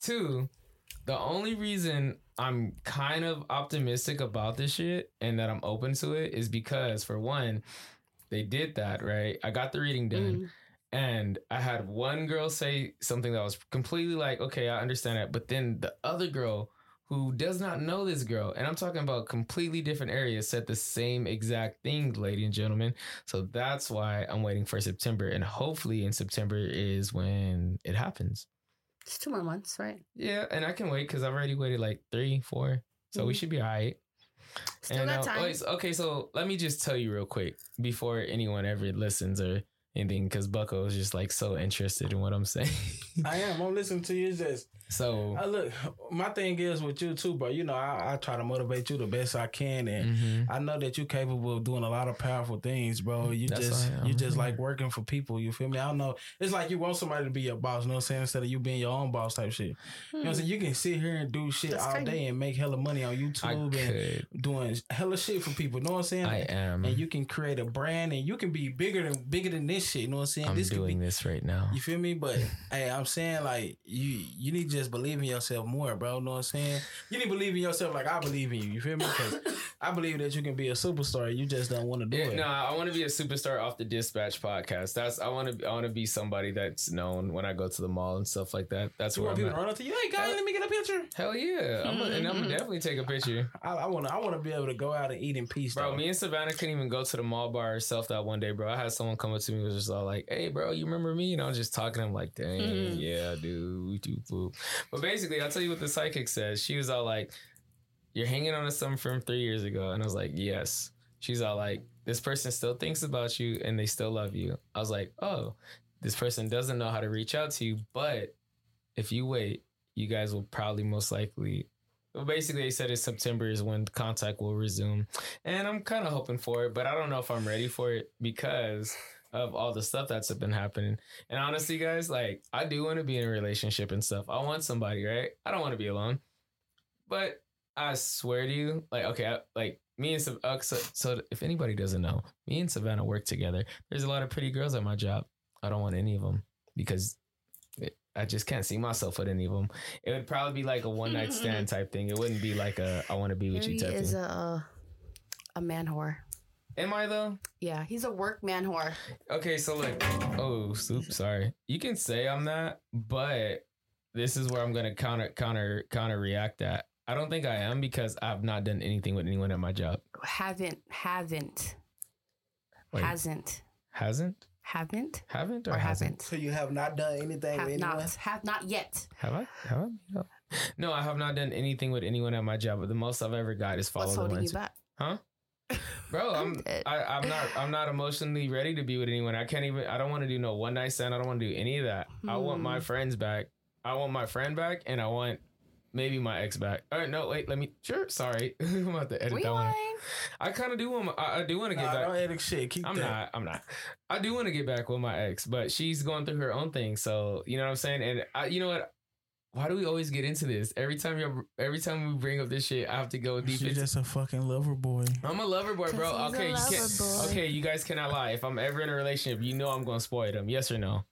Two, the only reason I'm kind of optimistic about this shit and that I'm open to it is because for one, they did that right. I got the reading done. Mm. And I had one girl say something that was completely like, okay, I understand that. But then the other girl who does not know this girl, and I'm talking about completely different areas, said the same exact thing, ladies and gentlemen. So that's why I'm waiting for September. And hopefully in September is when it happens. It's two more months, right? Yeah, and I can wait because I've already waited like three, four. So we Mhm. should be all right. Still and got uh, time. wait, so- okay, so let me just tell you real quick before anyone ever listens or anything, because Bucko is just like so interested in what I'm saying. I am. I'm listening to you. It's just so, I look. My thing is with you too, bro. You know, I, I try to motivate you the best I can, and mhm. I know that you're capable of doing a lot of powerful things, bro. You That's just why I- Mm-hmm. you just like working for people. You feel me? I don't know. It's like you want somebody to be your boss. You know what I'm saying? Instead of you being your own boss type shit. You know what I'm saying? You can sit here and do shit That's all crazy. day and make hella money on I YouTube and could. doing hella shit for people. You know what I'm saying? I am. and you can create a brand and you can be bigger than bigger than this shit. You know what I'm saying? I'm this could be doing this right now. you feel me? But hey, I'm saying like you you need to just believe in yourself more, bro. You know what I'm saying? You need to believe in yourself like I believe in you. You Hmm. feel me? Because I believe that you can be a superstar. You just don't want to do Yeah, it. no, I want to be a superstar off the Dispatch podcast. That's I want to. I want to be somebody that's known when I go to the mall and stuff like that. That's you where want I'm people to at. run up to you? Hey, guy, let me get a picture. Hell yeah, I'm gonna- and I'm Mm-hmm. gonna definitely take a picture, I, I wanna I wanna be able to go out and eat in peace, bro. though. Me and Savannah couldn't even go to the mall by herself that one day, bro. I had someone come up to me and was just all like, "Hey, bro, you remember me?" And I was just talking. I'm like, "Dang, Mhm. yeah, dude, you poop." But basically, I'll tell you what the psychic says. She was all like, "You're hanging on to something from three years ago," and I was like, "Yes." She's all like, "This person still thinks about you and they still love you." I was like, "Oh." this person doesn't know how to reach out to you, but if you wait, you guys will probably most likely. Well, basically, they said it's September is when contact will resume, and I'm kind of hoping for it, but I don't know if I'm ready for it because of all the stuff that's been happening. And honestly, guys, like I do want to be in a relationship and stuff. I want somebody, right? I don't want to be alone, but I swear to you, like okay, I, like me and Sav- uh, so, so if anybody doesn't know, me and Savannah work together. There's a lot of pretty girls at my job. I don't want any of them because it, I just can't see myself with any of them. It would probably be like a one night stand type thing. It wouldn't be like a I want to be with Harry you type is thing. a uh, a man whore. Am I though? Yeah, he's a work man whore. Okay, so like, oh, soup. Sorry, you can say I'm not, but this is where I'm gonna counter counter counter react at. I don't think I am because I've not done anything with anyone at my job. Haven't, haven't, Wait, hasn't, hasn't, haven't, haven't, or, or hasn't? haven't, So you have not done anything have with anyone? not, have not yet. Have I? Have I? No. No, I have not done anything with anyone at my job. But the most I've ever got is follow What's the holding ones. you back? Bro, I'm I'm dead. I, I'm not I'm not emotionally ready to be with anyone. I can't even I don't want to do no one night stand. I don't want to do any of that. I want my Hmm. friends back. I want my friend back and I want maybe my ex back. All right, no, wait, let me sure, sorry. I'm about to edit that one. Rewind. out. I kinda do want my, I, I do want to get Nah, back. don't edit shit. Keep I'm that. not. I'm not. I do want to get back with my ex, but she's going through her own thing. So you know what I'm saying. And I, you know what? Why do we always get into this? Every time you, every time we bring up this shit, I have to go deep. You're into- just a fucking lover boy. I'm a lover boy, 'Cause bro. he's a Okay, you can't, lover boy. okay, you guys cannot lie. If I'm ever in a relationship, you know I'm going to spoil them. Yes or no?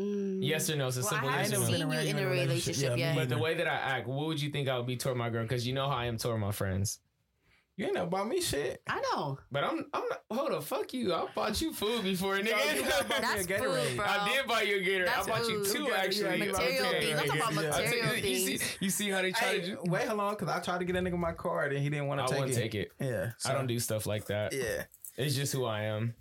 Mm. Yes or no? It's as Well, simple I as ain't never haven't yes or no. been seen you around in a relationship me yet. neither. But the way that I act, what would you think I would be toward my girl? Because you know how I am toward my friends. You ain't about me shit. I know. But I'm, I'm not. Hold up, fuck you. I bought you food before, you got nigga. about- That's me a Gatorade. food, bro. I did buy you a Gatorade. I That's bought you rude. two Yeah, actually. yeah, Material okay, things. I'm talking about yeah. I material took- you, see, things. you see how they try Hey, to do? wait, hold on, because I tried to get that nigga my card and he didn't want I to take wouldn't it. take it. Yeah, I so- don't do stuff like that. Yeah, It's just who I am.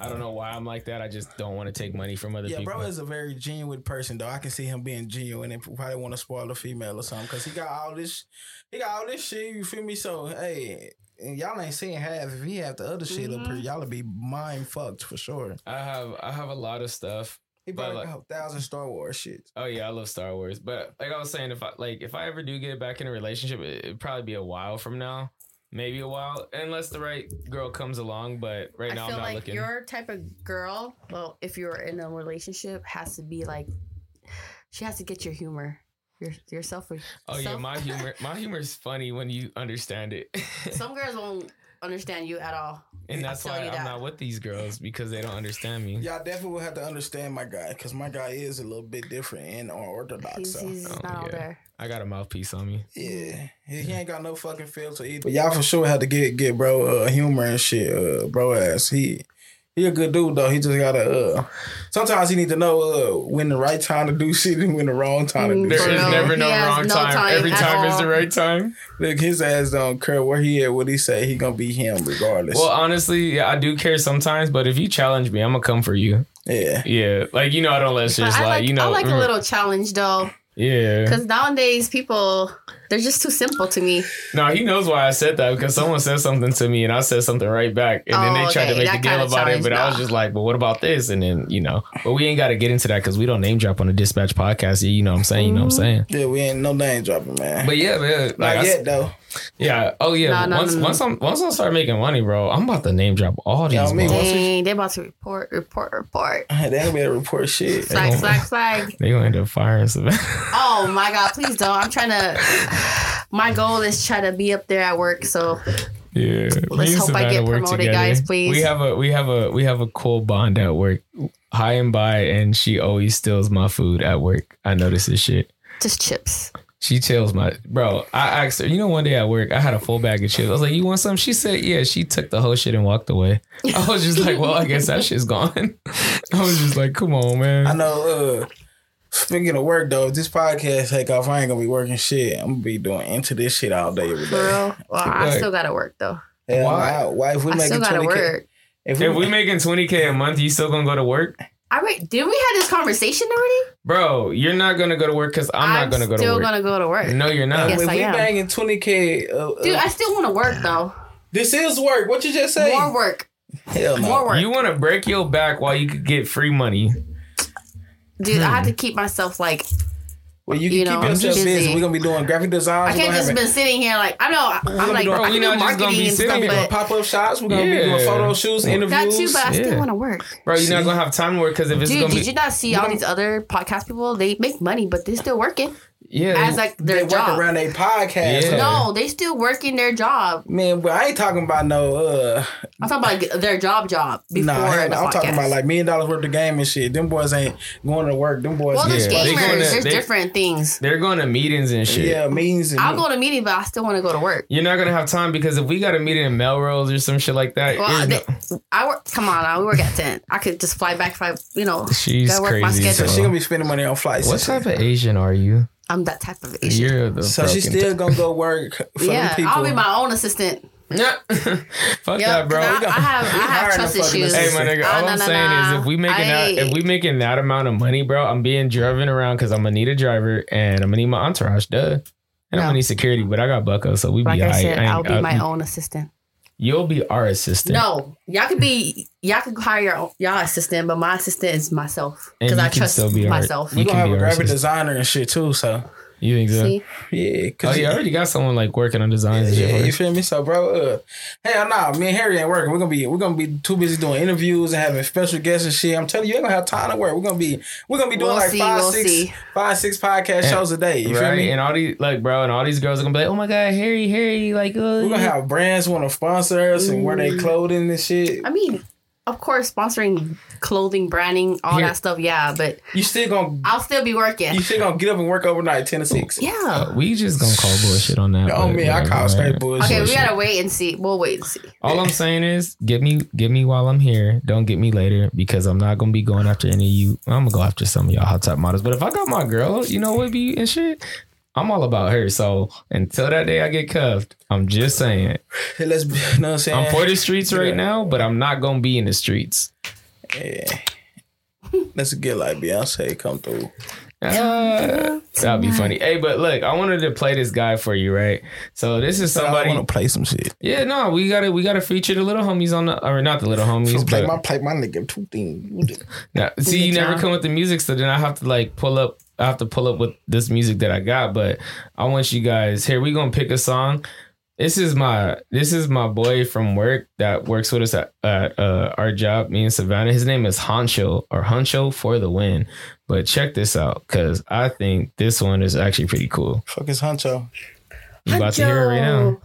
I don't know why I'm like that. I just don't want to take money from other yeah. people. Bro is a very genuine person, though. I can see him being genuine and probably want to spoil a female or something because he got all this, he got all this shit. You feel me? So hey, and y'all ain't seeing half. If he have the other shit up here, y'all'll be mind fucked for sure. I have I have a lot of stuff. He But, probably like- got a thousand Star Wars shit. Oh yeah, I love Star Wars. But like I was saying, if I like if I ever do get back in a relationship, it, it'd probably be a while from now. Maybe a while, unless the right girl comes along. But right now I I'm feel not like looking. your type of girl, well, if you're in a relationship, has to be like, she has to get your humor, your yourself. Oh yeah, my humor my humor is funny when you understand it. Some girls won't understand you at all. and I'll that's tell why you I'm that. not with these girls because they don't understand me. Y'all definitely will have to understand my guy because my guy is a little bit different and unorthodox. He's, So. he's Oh, not all yeah. there. I got a mouthpiece on me. Yeah, he ain't got no fucking filter either. But y'all for sure had to get get bro uh, humor and shit, uh, bro ass. He he a good dude though. He just gotta uh, sometimes he need to know uh, when the right time to do shit and when the wrong time to do There For is shit. no- never no he has wrong no time. time Every at time is the all. right time. Look, his ass don't care where he at, what he say. He gonna be him regardless. Well, honestly, yeah, I do care sometimes, but if you challenge me, I'm gonna come for you. Yeah. Yeah, like you know, I don't let shit But I slide. like, you know, I like a mm, little challenge though, Yeah. because nowadays people they're just too simple to me. No, he knows why I said that because someone said something to me and I said something right back, and then Oh, they tried to okay, make a that deal kinda about it. challenge, But I was nah. just like, "But what about this?" And then you know, but we ain't got to get into that because we don't name drop on the Dispatch podcast. You know what I'm saying? You know what I'm Mm-hmm. saying? Yeah, we ain't no name dropping, man. But yeah, man. Like I Not s- yet though. Yeah. Oh yeah. No, no, once no, no. once I'm once I start making money, bro, I'm about to name drop all these. Yeah, I mean, motherfuckers. once we- Dang, they about to report, report, report. They ain't gonna report shit. Like- Flag, flag, flag. They gonna end up firing some. Oh my god, please don't. I'm trying to. My goal is try to be up there at work. So yeah. Let's hope I get promoted, guys, please. We have a we have a we have a cool bond at work. High and by, and she always steals my food at work. I notice this shit. just chips. She tells my bro. I asked her. You know, one day at work, I had a full bag of chips. I was like, "You want some?" She said, "Yeah." She took the whole shit and walked away. I was just like, "Well, I guess that shit's gone." I was just like, "Come on, man." I know. Uh, speaking of work though, if this podcast take off, I ain't gonna be working shit. I'm gonna be doing into this shit all day every For day. real. Well, I Like- still gotta work though. Hell, Why? my wife, we I making still gotta twenty k. work. If we making twenty k a month, you still gonna go to work? I wait. Did we have this conversation already? Bro, you're not gonna go to work because I'm, not gonna go to still work. gonna go to work. No, you're not. Yes, if I we am. banging twenty k, uh, Dude, uh, I still want to work though. this is work. What you just say? More work. Hell no. More work. You want to break your back while you could get free money. Dude, I Hmm. have to keep myself like Well, you can You keep know, yourself busy. busy. We're gonna be doing graphic design. I can't just been sitting here like I know I'm like Bro, I we not can do just gonna be marketing and sitting stuff, here. but pop up shots. We're gonna be Yeah. doing photo shoots, interviews. that too. But I Yeah. still want to work. Bro, you're not gonna have time to work because if it's Dude, gonna did be you not see all these other podcast people? They make money, but they're still working yeah, as like they their work job. around a podcast. Yeah. No, they still working their job. Man, but I ain't talking about no uh I'm talking about their job job before nah, hell the no. I'm podcast. talking about like million dollars worth of game and shit. Them boys ain't going to work. Them boys well, Yeah, there's they gamers. gonna- there's they- Mm-hmm. different things. they're going to meetings and shit. yeah, means and I'll go to meeting, but I still want to go to work. You're not gonna have time because if we got a meeting in Melrose or some shit like that, Well, there's they- I work. Come on, I, we work at ten. I could just fly back five. You know, no- she's gotta work my crazy. schedule. so bro. she gonna be spending money on flights. what and shit. type of Asian are you? I'm that type of Asian. You're the So she broken still gonna go work for them Yeah, people. I'll be my own assistant. t- Fuck Yeah, that, bro. bro. I, We got- I have we I hiring have a trust fucking issues. Hey, my Listen. nigga, all Ah, I'm nah, nah, saying nah. is if we making that if Aye. we making that amount of money, bro, I'm being driven around because I'm gonna need a driver and I'm gonna need my entourage, duh. And I'm No. gonna need security, but I got Bucko, so we be Like I aight. said, ain't- I'll be uh, my own assistant. You'll be our assistant. No, y'all could be y'all could hire your own, y'all assistant, but my assistant is myself And because you I can trust still be our- myself. we You gonna can have be a our graphic assistant. designer and shit too, so You think so? See, yeah, Oh, cause you already got someone like working on designs and shit. Yeah, for you you. feel me? So, bro, uh, hell nah, me and Harry ain't working. We're gonna be we're gonna be too busy doing interviews and having special guests and shit. I'm telling you, you ain't gonna have time to work. We're gonna be we're gonna be doing We'll like see, five, we'll six- see. five, six podcast shows a day. You feel right? me? And all these like, bro, and all these girls are gonna be like, oh my god, Harry, Harry, like, oh, we're gonna have brands want to sponsor us and wear Mm. their clothing and shit. I mean, of course, sponsoring clothing, branding, all Here- that stuff. Yeah, but You still gonna I'll still be working. you still gonna get up and work overnight, ten to six. Yeah. we just gonna call bullshit on that. Oh but man, I whatever, call man. straight bullshit. Okay, we gotta wait and see. We'll wait and see. All I'm saying is, get me, get me while I'm here. Don't get me later because I'm not gonna be going after any of you. I'm gonna go after some of y'all hot top models. But if I got my girl, you know, would be and shit. I'm all about her. So until that day I get cuffed, I'm just saying. Hey, let's be, you know what I'm saying. I'm for the streets right now, but I'm not gonna be in the streets. Yeah. Let's get like Beyonce come through. Uh, that'd be funny. Hey, but look, I wanted to play this guy for you, right? So this is Somebody somebody. want to play some shit. Yeah, no, we gotta we gotta feature the little homies on the or not the little homies, play but my play my nigga two things. Now, see, the you never job. come with the music, so then I have to like pull up. I have to pull up with this music that I got. But I want you guys here. We gonna pick a song. This is my this is my boy from work that works with us at, at uh, our job. Me and Savannah. His name is Honcho or Honcho for the win. But check this out because I think this one is actually pretty cool. Fuck is Huncho. You about to hear it right now.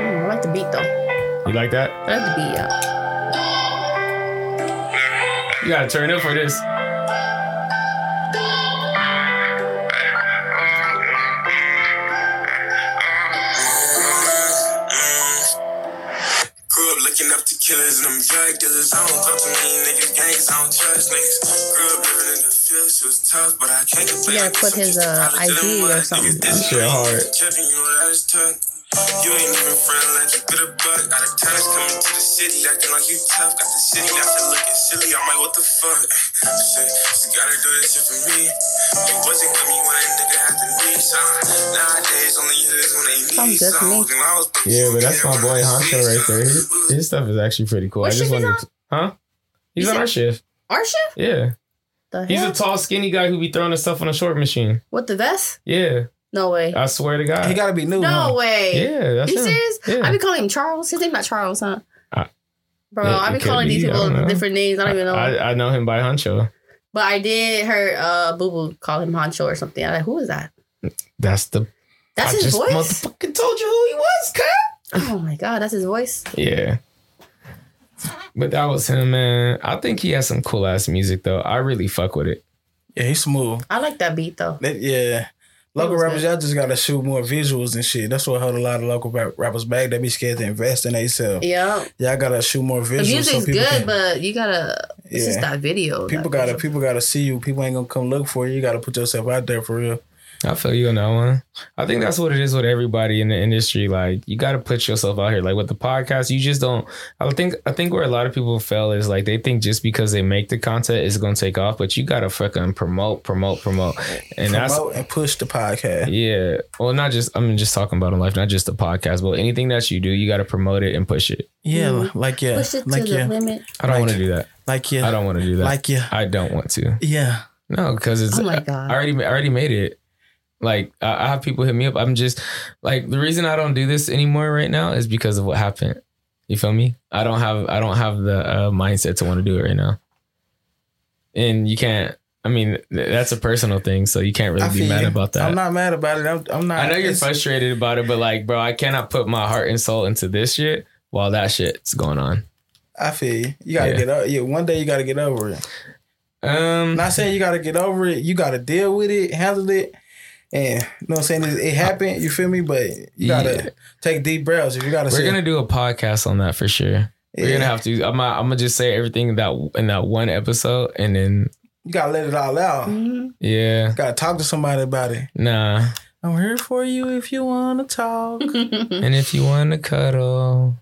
Mm, I like the beat though. You like that? I like the beat. Yeah. You gotta turn up for this. Grew up looking up to killers and them drug dealers. I don't talk to many niggas, gangs, I don't trust niggas. Grew up living in the fields, it was tough, but I can't gotta complain. I guess put I'm his, just a uh, college ID or dealing with something. niggas. This Shit is hard. tripping, you know, I was tough. You ain't even friend like you bit a buck. Out of town's coming to the city, acting like you tough. Got the city out there looking silly. I'm like, what the fuck? Shit, she gotta do this shit for me. You wasn't with me when a nigga had to leave. So nowadays, only hitters when they Sounds need good to me. something. I was bitch, Yeah, you but that's care my boy when I Honcho see right there. His, something. his stuff is actually pretty cool. I What just shift is wanted, to, huh? He's You on said- our shift. Our shift? Yeah, The he's a tall, hell? skinny guy who be throwing his stuff on a short machine. What the vest? Yeah, No way. I swear to He God. gotta be new. no huh? way. yeah, that's you him. serious? Yeah. I be calling him Charles. His name not Charles, huh? I- Bro, Yeah, I it be could calling be. these I people don't know. different names. I don't even know. I, I know him by Honcho. but I did hear uh, Boo Boo call him Honcho or something. I'm like, who is that? That's the. That's I his just voice. motherfucking told you who he was, cuz. oh my god, that's his voice. Yeah. But that was him, man. I think he has some cool ass music though. I really fuck with it. Yeah, he's smooth. I like that beat though. That, yeah. Local was rappers, good. y'all just gotta shoot more visuals and shit. That's what held a lot of local rap- rappers back. They be scared to invest in themselves. Yeah, Y'all gotta shoot more the visuals. so music's people good, can- but you gotta. It's just Yeah. that video. people that gotta visual. people gotta see you. People ain't gonna come look for you. You gotta put yourself out there for real. I feel you on that one. I think that's what it is with everybody in the industry. Like you gotta put yourself out here. Like with the podcast, you just don't I think I think where a lot of people fail is like they think just because they make the content it's gonna take off, but you gotta fucking promote, promote, promote. And that's Promote and push the podcast. yeah. Well not just I'm just talking about in life, not just the podcast, but anything that you do, you gotta promote it and push it. Yeah, Mhm. like yeah, Push it to like the yeah, limit. I don't Like- wanna do that. like yeah, I don't wanna do that. like yeah, I don't want to. yeah. No, because it's Oh my I god. already I already made it. Like I, I have people hit me up. I'm just like the reason I don't do this anymore right now is because of what happened. You feel me? I don't have I don't have the uh, mindset to want to do it right now. And you can't. I mean, th- that's a personal thing, so you can't really I be feel mad you. about that. I'm not mad about it. I'm, I'm not. I know you're it's- frustrated about it, but like, bro, I cannot put my heart and soul into this shit while that shit's going on. I feel you. You gotta Yeah. get up. Yeah, one day you gotta get over it. Um, I'm not saying you gotta get over it. You gotta deal with it, handle it. And you know what I'm saying? It, it happened, you feel me? But you gotta Yeah. take deep breaths. If you gotta we're say, gonna do a podcast on that for sure. We're gonna yeah, have to. I'm. I'm gonna just say everything in that in that one episode, and then you gotta let it all out. You Mhm. yeah, gotta talk to somebody about it. nah. I'm here for you if you wanna talk. Mm-hmm. And if you want to cuddle,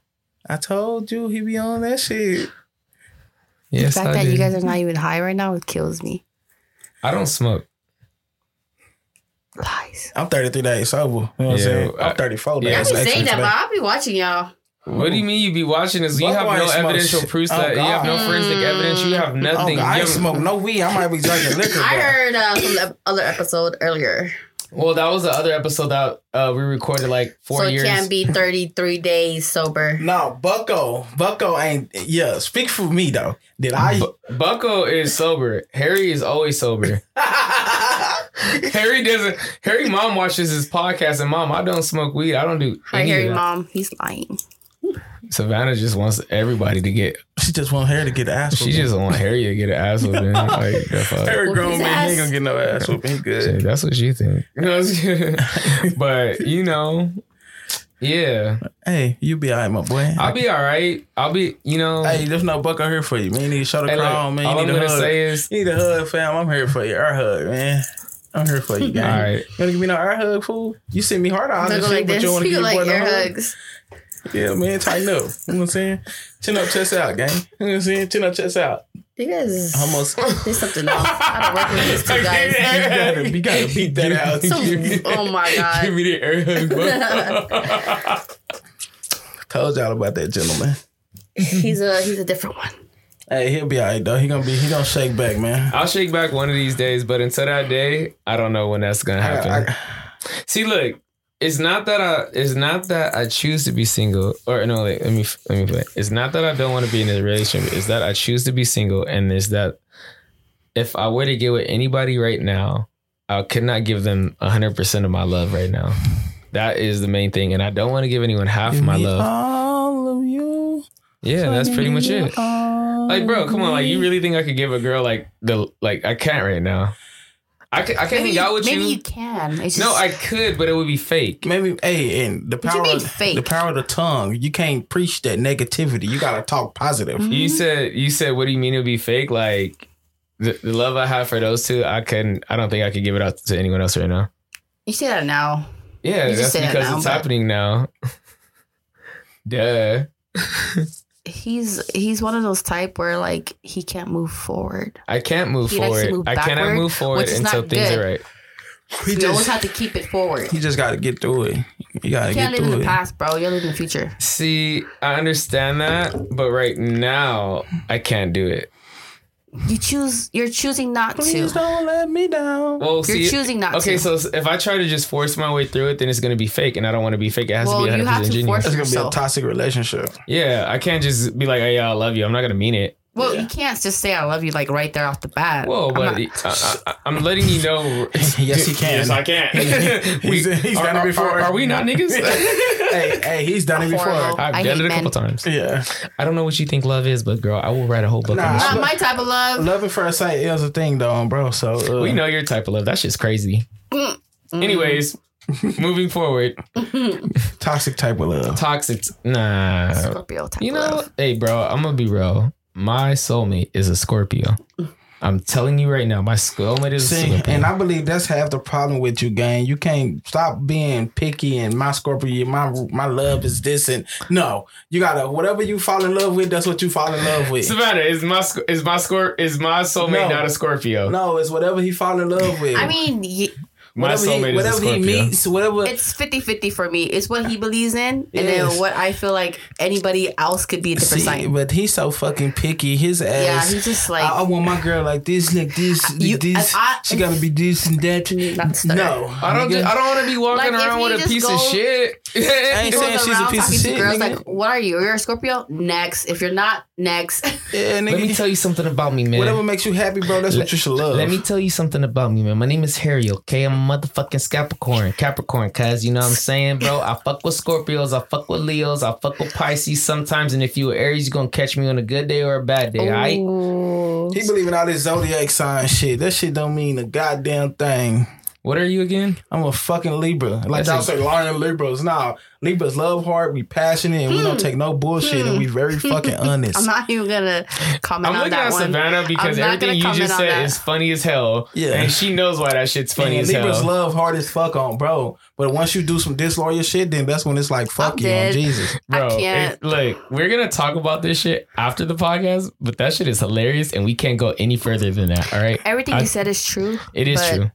I told you he be on that shit. yes, the fact I that do. you guys are not even high right now, it kills me. I don't smoke. Lies. I'm 33 days sober. You know what I'm Yeah, saying? I- I'm 34 yeah, I days. it's be actually saying that, today. but I'll be watching y'all. What do you mean you be watching this? You Why have do I no smoke evidential shit? proof Oh, that you have no God. forensic evidence. You have Oh, nothing. God, I You ain't have- smoke no weed. I might be drinking liquor. I but- heard uh, from the other episode earlier, Well, that was the other episode that uh, we recorded like four so it years. can be 33 days sober. No, Bucko. Bucko ain't. Yeah, speak for me though. Did I? Bu- Bucko is sober. Harry is always sober. Harry doesn't. Harry mom watches his podcast, and mom, I don't smoke weed. I don't do. Hi, any of Harry, that. mom. He's lying. Savannah just wants everybody to get. she just want hair to get an ass. She just want Harry to get an ass whooping. Like, the fuck? hair Whoop grown his man. He ain't ass. gonna get no ass whooping. He Shit, good. that's what you think. You know what I'm saying? but you know, yeah, Hey, you be alright, my boy. I'll be all right. I'll be. You know, hey, there's no Bucko here for you, man. You need to show the hey, look, crown, man. all You I'm need a gonna hug. say is, you need a hug, fam. I'm here for you. Our hug, man. I'm here for you, all gang. right. You wanna give me no air hug, fool? You send me hard eyes Don't and go shit, like but this. you wanna You give go your boy like no air hug? hugs. Yeah, man, tighten up. You know what I'm saying? Chin up, chest out, gang. You know what I'm saying? Chin up, chest out. You guys, Almost. there's something else. I don't work with these two guys. You gotta- you gotta beat that out. Some- oh my God. Give me the air hug, bro. Told y'all about that gentleman. He's a he's a different one. Hey, he'll be alright though. He gonna be. He gonna shake back, man. I'll shake back one of these days, but until that day, I don't know when that's gonna I- happen. I- See, look, it's not that I it's not that I choose to be single or no, like, let me let me play. It's not that I don't want to be in a relationship. It's that I choose to be single, and it's that if I were to get with anybody right now, I could not give them hundred percent of my love right now. That is the main thing, and I don't want to give anyone half give my me love. All of you. Yeah, that's pretty much Give me it. all Like, bro, come on, like you of really think I could give a girl like the like I can't right now. I can, I can't hang out with maybe you. you can. It's just, No, I could, but it would be fake. me. Maybe hey, and the you power, mean of- fake? the power of the tongue. You can't preach that negativity. You gotta talk positive. Mhm. You said you said what do you mean it would be fake? Like the, the love I have for those two, I couldn't I don't think I could give it out to anyone else right now. You say that now. Yeah, You that's just said that because now, it's but- happening now. Duh. He's he's one of those type where like he can't move forward. I can't move He likes to forward. move I cannot backward, move forward which is until not things good. are right. He you always just have to keep it forward. he just got to get through it. You got to You can't get live in through the it. past, bro. You live in the future. See, I understand that, but right now I can't do it. You choose. You're choosing not to. Please don't let me down. Well, You're see, choosing not okay, to. so if I try to just force my way through it, then it's gonna be fake, and I don't want to be fake. It has Well, to be you 100 have percent to genuine. force- That's gonna be a yourself. toxic relationship. Yeah, I can't just be like, "Hey, I love you." I'm not gonna mean it. well, Yeah. you can't just say I love you like right there off the bat. Whoa, I'm but not- I, I, I'm letting you know. Yes, he can. Yes, I can. He's- he's are, done it are- before. Are, are we not niggas? hey, hey, he's done it before. Horrible. I've I done it hate a men. couple times. Yeah, I don't know what you think love is, but girl, I will write a whole book Nah, on this. not Uh, my type of love. love at first sight is a thing, though, bro. So uh, We know your type of love. That shit's crazy. Mm-hmm. Mm. Anyways, moving forward, toxic type of love. toxic. Nah. Scorpio type. You of know, love. hey, bro, I'm going to be real. My soulmate is a Scorpio. I'm telling you right now, my soulmate is a See, Scorpio. and I believe that's half the problem with you, gang. You can't stop being picky and my Scorpio, my my love is this and no. You gotta whatever you fall in love with, that's what you fall in love with. Savannah is my Sc- is my Scorp is my soulmate No. not a Scorpio. No, it's whatever he fall in love with. I mean, y- my whatever soulmate is he, a whatever Scorpio. he meets, whatever. it's 50-50 for me. It's what he believes in, and Yes. then what I feel like anybody else could be a different See, sign. but he's so fucking picky. His Yeah, ass. he's just like I, I want my girl like this, like this, like You- this. I- she gotta be this and that. not stutter. No, I don't. ju- nigga. I don't want to be walking Like, if around you with a just piece of go- shit. I ain't Goes saying she's a around piece of talking to shit, Girls nigga. like, what are you? You're a Scorpio. Next, if you're not next, yeah, Let me nigga. tell you something about me, man. Whatever makes you happy, bro. That's what you should love. Let me tell you something about me, man. My name is Harry, okay? I'm a motherfucking Capricorn. Capricorn, cuz, you know what I'm saying, bro? I fuck with Scorpios, I fuck with Leos, I fuck with Pisces sometimes. And if you were Aries, you're gonna catch me on a good day or a bad day, all right? Ooh. He believe in all this zodiac sign shit. That shit don't mean a goddamn thing. What are you again? I'm a fucking Libra. Like That's y'all a- say, lying Libras. Nah, Libras love hard. We passionate and we don't take no bullshit and we very fucking honest. Hmm. I'm not even gonna comment I'm on looking that at one. Savannah because not gonna everything you comment just on said that. is funny as hell. Yeah. And she knows why that shit's funny and as Libras hell. love hard as fuck on, bro. But once you do some disloyal shit, then that's when it's like, fuck I'm you dead. on Jesus. Bro, I can't. It, look, we're gonna talk about this shit after the podcast, but that shit is hilarious, and we can't go any further than that. All right, Everything I- you said is true. it is But- true.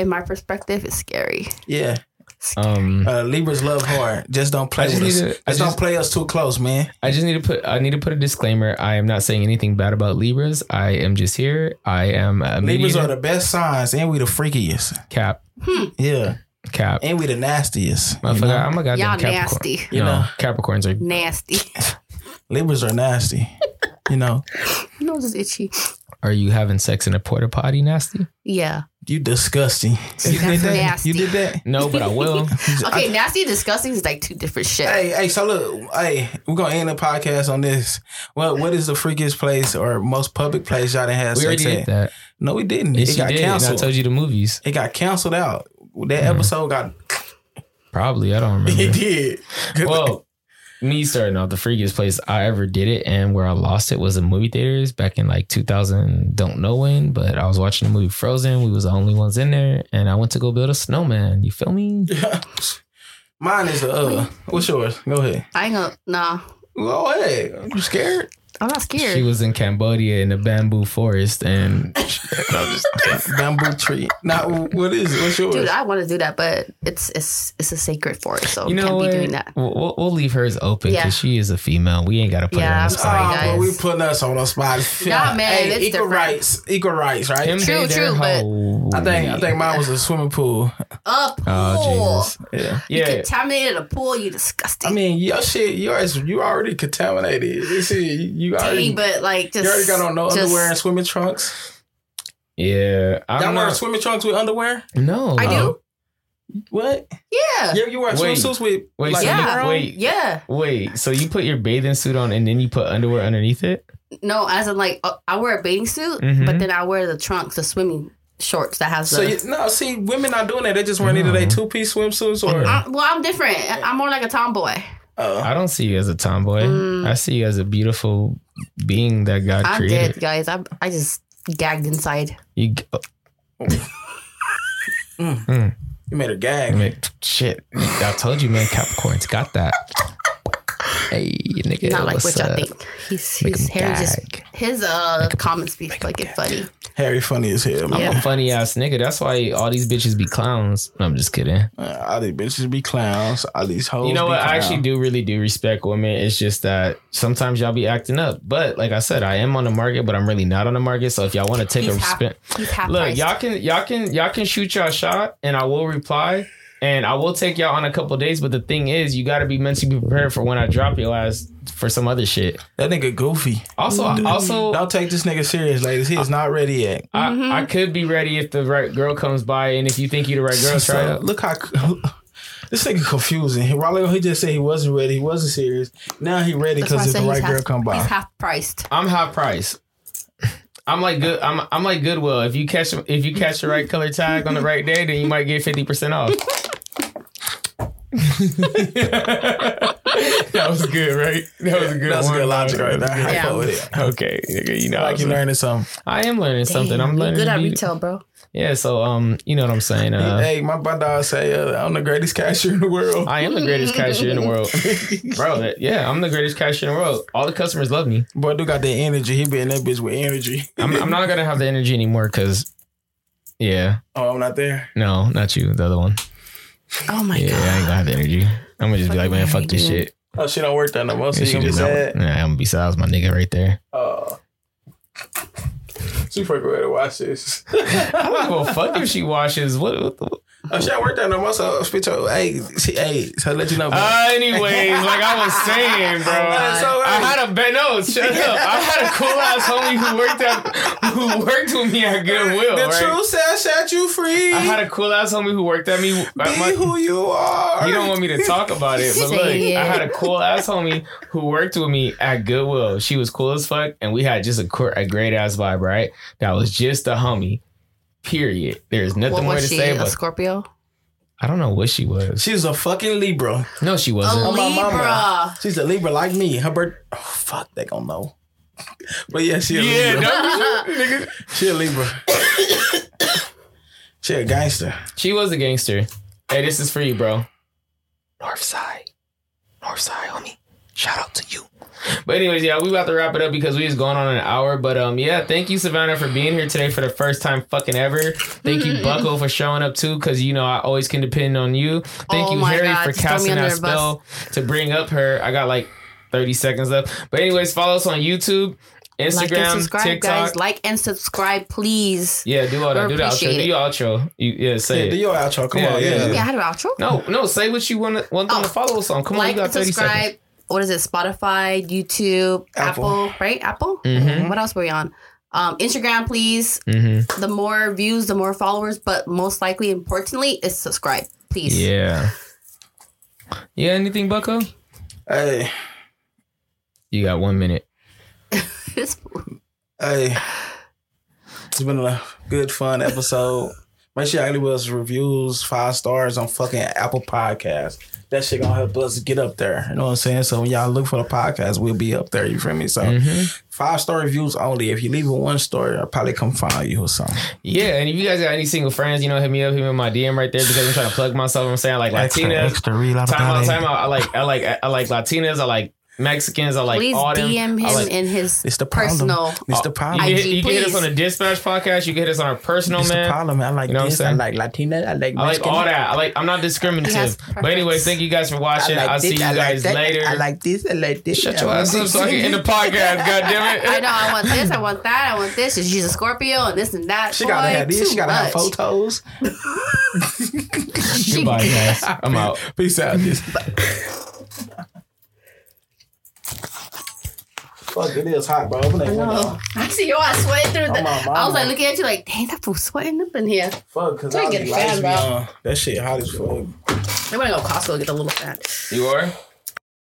In my perspective, it's scary. Yeah. Um, Uh, Libras love hard. Just don't play I just with us. need to- Just, I don't just- play us too close, man. I just need to put I need to put a disclaimer. I am not saying anything bad about Libras. I am just here. I am a Libras mediator. are the best signs, and we the freakiest. cap Yeah, cap. and we the nastiest. you Motherfucker, know? I'm a goddamn Y'all Capricorn. nasty. You You know, know. Capricorns are Nasty. Libras are nasty. You know, My nose is itchy. are you having sex in a porta potty nasty? Yeah. you disgusting. You did That's that. nasty. You did that. No, but I will. Okay, nasty and disgusting is like two different shit. Hey, hey. So look, hey, we're gonna end the podcast on this. Well, what is the freakiest place or most public place y'all done had we already sex did at? that. No, we didn't. Yes, it you got did. and I canceled. told you Mm-hmm. the movies. It got canceled out. That episode got. Probably. I don't It remember. did. well, me starting off the freakiest place I ever did it and where I lost it was in movie theaters back in like 2000, don't know when, but I was watching the movie Frozen. We was the only ones in there and I went to go build a snowman. You feel me? Mine is the uh. What's yours? Go ahead. I ain't gonna nah. Go ahead. I'm scared. I'm not She scared. was in Cambodia in a bamboo forest, and Bamboo tree. Now, what is it? What's yours? Dude, I want to do that, but it's it's it's a sacred forest, so you know can't what? be doing that. We'll, we'll- we'll leave hers open because Yeah. she is a female. We ain't got to put Yeah, her on I'm the Oh, spot. sorry. well, guys. we putting us on a spot. Nah, man, Hey, it's equal different. rights, equal rights, right? Him, True, they, true, their but- hoe. I think I think mine was a swimming pool. A pool. Oh Jesus! Yeah. You Yeah, contaminated a pool. You disgusting. I mean, your shit, yours, you already contaminated. You see, you already, Dang, but like just you already got on no just- underwear and swimming trunks. yeah. Y'all I'm wear not. swimming trunks with underwear? No, I do. Uh, What? Yeah. Yeah, you wear Wait. swimsuits with Wait, like so Yeah. you, underwear on? wait, Yeah. wait. So you put your bathing suit on and then you put underwear underneath it? No, as in like uh, I wear a bathing suit, Mhm. but then I wear the trunks, the swimming shorts that has Mm-hmm. So the. you, no, see, women not doing that. They just wearing either No. they two piece swimsuits or. Mm. I, well, I'm different. I- I'm more like a tomboy. Uh, I don't see you as a tomboy. Mm. I see you as a beautiful being that God I'm created. oh, dead, guys. I I just gagged inside. You. g- Mm. Mm. You made her I gag. mean, shit. I told you, man. Capricorn's got that. Hey, nigga. Not like what's which up? I think. He's Make his 'em hair is just gag. his uh comments be like it funny. Harry funny as hell, man. I'm a funny ass nigga. That's why all these bitches be clowns. No, I'm just kidding. Uh, all these bitches be clowns. All these hoes. You know be what? I clowns. actually do really do respect women. It's just that sometimes y'all be acting up. But like I said, I am on the market, but I'm really not on the market. So if y'all want to take He's a half- spin, He's half look, priced. y'all can y'all can y'all can shoot y'all shot, and I will reply, and I will take y'all on a couple days. But the thing is, you got to be mentally prepared for when I drop your ass for some other shit. That nigga goofy. Also, Mm-hmm. Mm. also, Don't take this nigga serious, ladies. He is not ready yet. I, Mhm. I could be ready if the right girl comes by, and if you think you the right girl, So, try it. Look how this nigga confusing. He- Rolly, he just said he wasn't ready. He wasn't serious. Now he ready That's why I because if said the he's right half- girl come by. He's half priced. I'm high price. I'm like good. I'm I'm like Goodwill. If you catch if you catch the right color tag on the right day, then you might get fifty percent off. that was good, right? That was a good. That's one. good logic right That was there. I good. Yeah. fuck with it. Okay, nigga, you know, Like you I, was- learning something. I am learning something. Damn, I'm you learning. Good to at be- retail, bro. Yeah, so um, you know what I'm saying. Uh, hey, my my dog say uh, I'm the greatest cashier in the world. I am the greatest cashier in the world, bro. that- Yeah, I'm the greatest cashier in the world. All the customers love me. Boy, do got that energy. He be in that bitch with energy. I'm I'm not gonna have the energy anymore because, yeah, oh, I'm not there. no, not you, the other one. Oh my yeah, I ain't god. gonna have the energy. I'm gonna just be like, Fucking man, fuck hate this you. shit. Oh, she don't work that no more. So And you she gonna be just not- sad. Nah, I'm gonna be sad. That was my nigga right there. Oh. She fucking ready to watch this. I'm not gonna fuck if she washes. What? what, the- Oh, she don't work that no more. So speak to her. Hey, she, hey, so let you know. man. Uh, anyways, like I was saying, bro. That's all I right. had a ba- no. Shut up. I had a cool ass homie who worked at who worked with me at Goodwill. The right? truth shall set you free. I had a cool ass homie who worked at me. At Be my, who you are. You don't want me to talk about it, but look, Say I had a it. cool ass homie who worked with me at Goodwill. She was cool as fuck, and we had just a, cor- a great ass vibe, right? That was just a homie. Period. There's nothing What more to was she? say A about. Scorpio? I don't know what she was. She's a fucking Libra. No, she A wasn't. Oh, my mama. Libra. She's a Libra like me. Her birth. Oh, fuck, they gonna know. But yeah, she a yeah, Libra. no, nigga. She a Libra. she a gangster. she was a gangster. Hey, this is for you, bro. Northside, Northside, homie. Shout out to you. But anyways, yeah, we about to wrap it up because we just going on an hour. But um, yeah, thank you, Savannah, for being here today for the first time fucking ever. Thank you, Buckle, for showing up too, because you know I always can depend on you. Thank Oh you, my Harry, God, for just throw me casting under that the bus. spell to bring up her. I got like thirty seconds left. But anyways, follow us on YouTube, Like and Instagram, subscribe, TikTok. guys. Like and subscribe, please. Yeah, do all that. We Do the outro. appreciate Do it. your outro. You, yeah, say Yeah, it. do your outro. Come Yeah, on, yeah, yeah. yeah. Yeah, I had an outro. No, no, say what you want to want them Oh. to follow us on. Come on, like you got and 30 subscribe. seconds. What is it? Spotify, YouTube, Apple. Mm-hmm. Apple, right? Apple. Mm-hmm. Mhm. What else were we on? Um, Instagram, please. Mm-hmm. The more views, the more followers, but most likely, importantly, is subscribe, please. Yeah. Yeah, anything, Bucko? Hey, You got one minute. It's- hey. It's been a good, fun episode. Make sure y'all leave us reviews, five stars on fucking Apple Podcasts. That shit gonna help us get up there. You know what I'm saying? So when y'all look for the podcast, we'll be up there. You feel me? So Mm-hmm. five star reviews only. If you leave a one story, I'll probably come find you or something. Yeah, and if you guys got any single friends, you know, hit me up, hit me in my DM right there because I'm trying to plug myself. I'm saying I like Latinas. read out Time out, time out. I like, I like, I like Latinas. I like Mexicans. I like please all them. DM I him like, in his It's the problem. personal. It's the you problem. can, IG, hit, you can hit us please. on the Dispatch podcast. You can hit us on our personal It's the man. problem. I like You know what I'm this. I saying? like Latina. I like I like Mexican. all that. I like. I'm not discriminative. Yes, But anyways, perfect. thank you guys for watching. I like I'll this, see you I like guys that, later. I like this. I like this. Shut I your like ass up this. so I can end the podcast. God damn it. I know. I want this. I want that. I want this. and She's a Scorpio and this and that. She gotta Boy, have this. too She gotta have much. photos. She- Goodbye, guys. I'm out. Peace out. Fuck, it is hot, bro. Open that window. No. I see you all sweating through the. I'm on my I was like mama. looking at you like, dang, that fool sweating up in here. Fuck, cause Try all to these get lights be a fan, bro. on. That shit hot as fuck. I'm gonna go Costco and get a little fan. You are?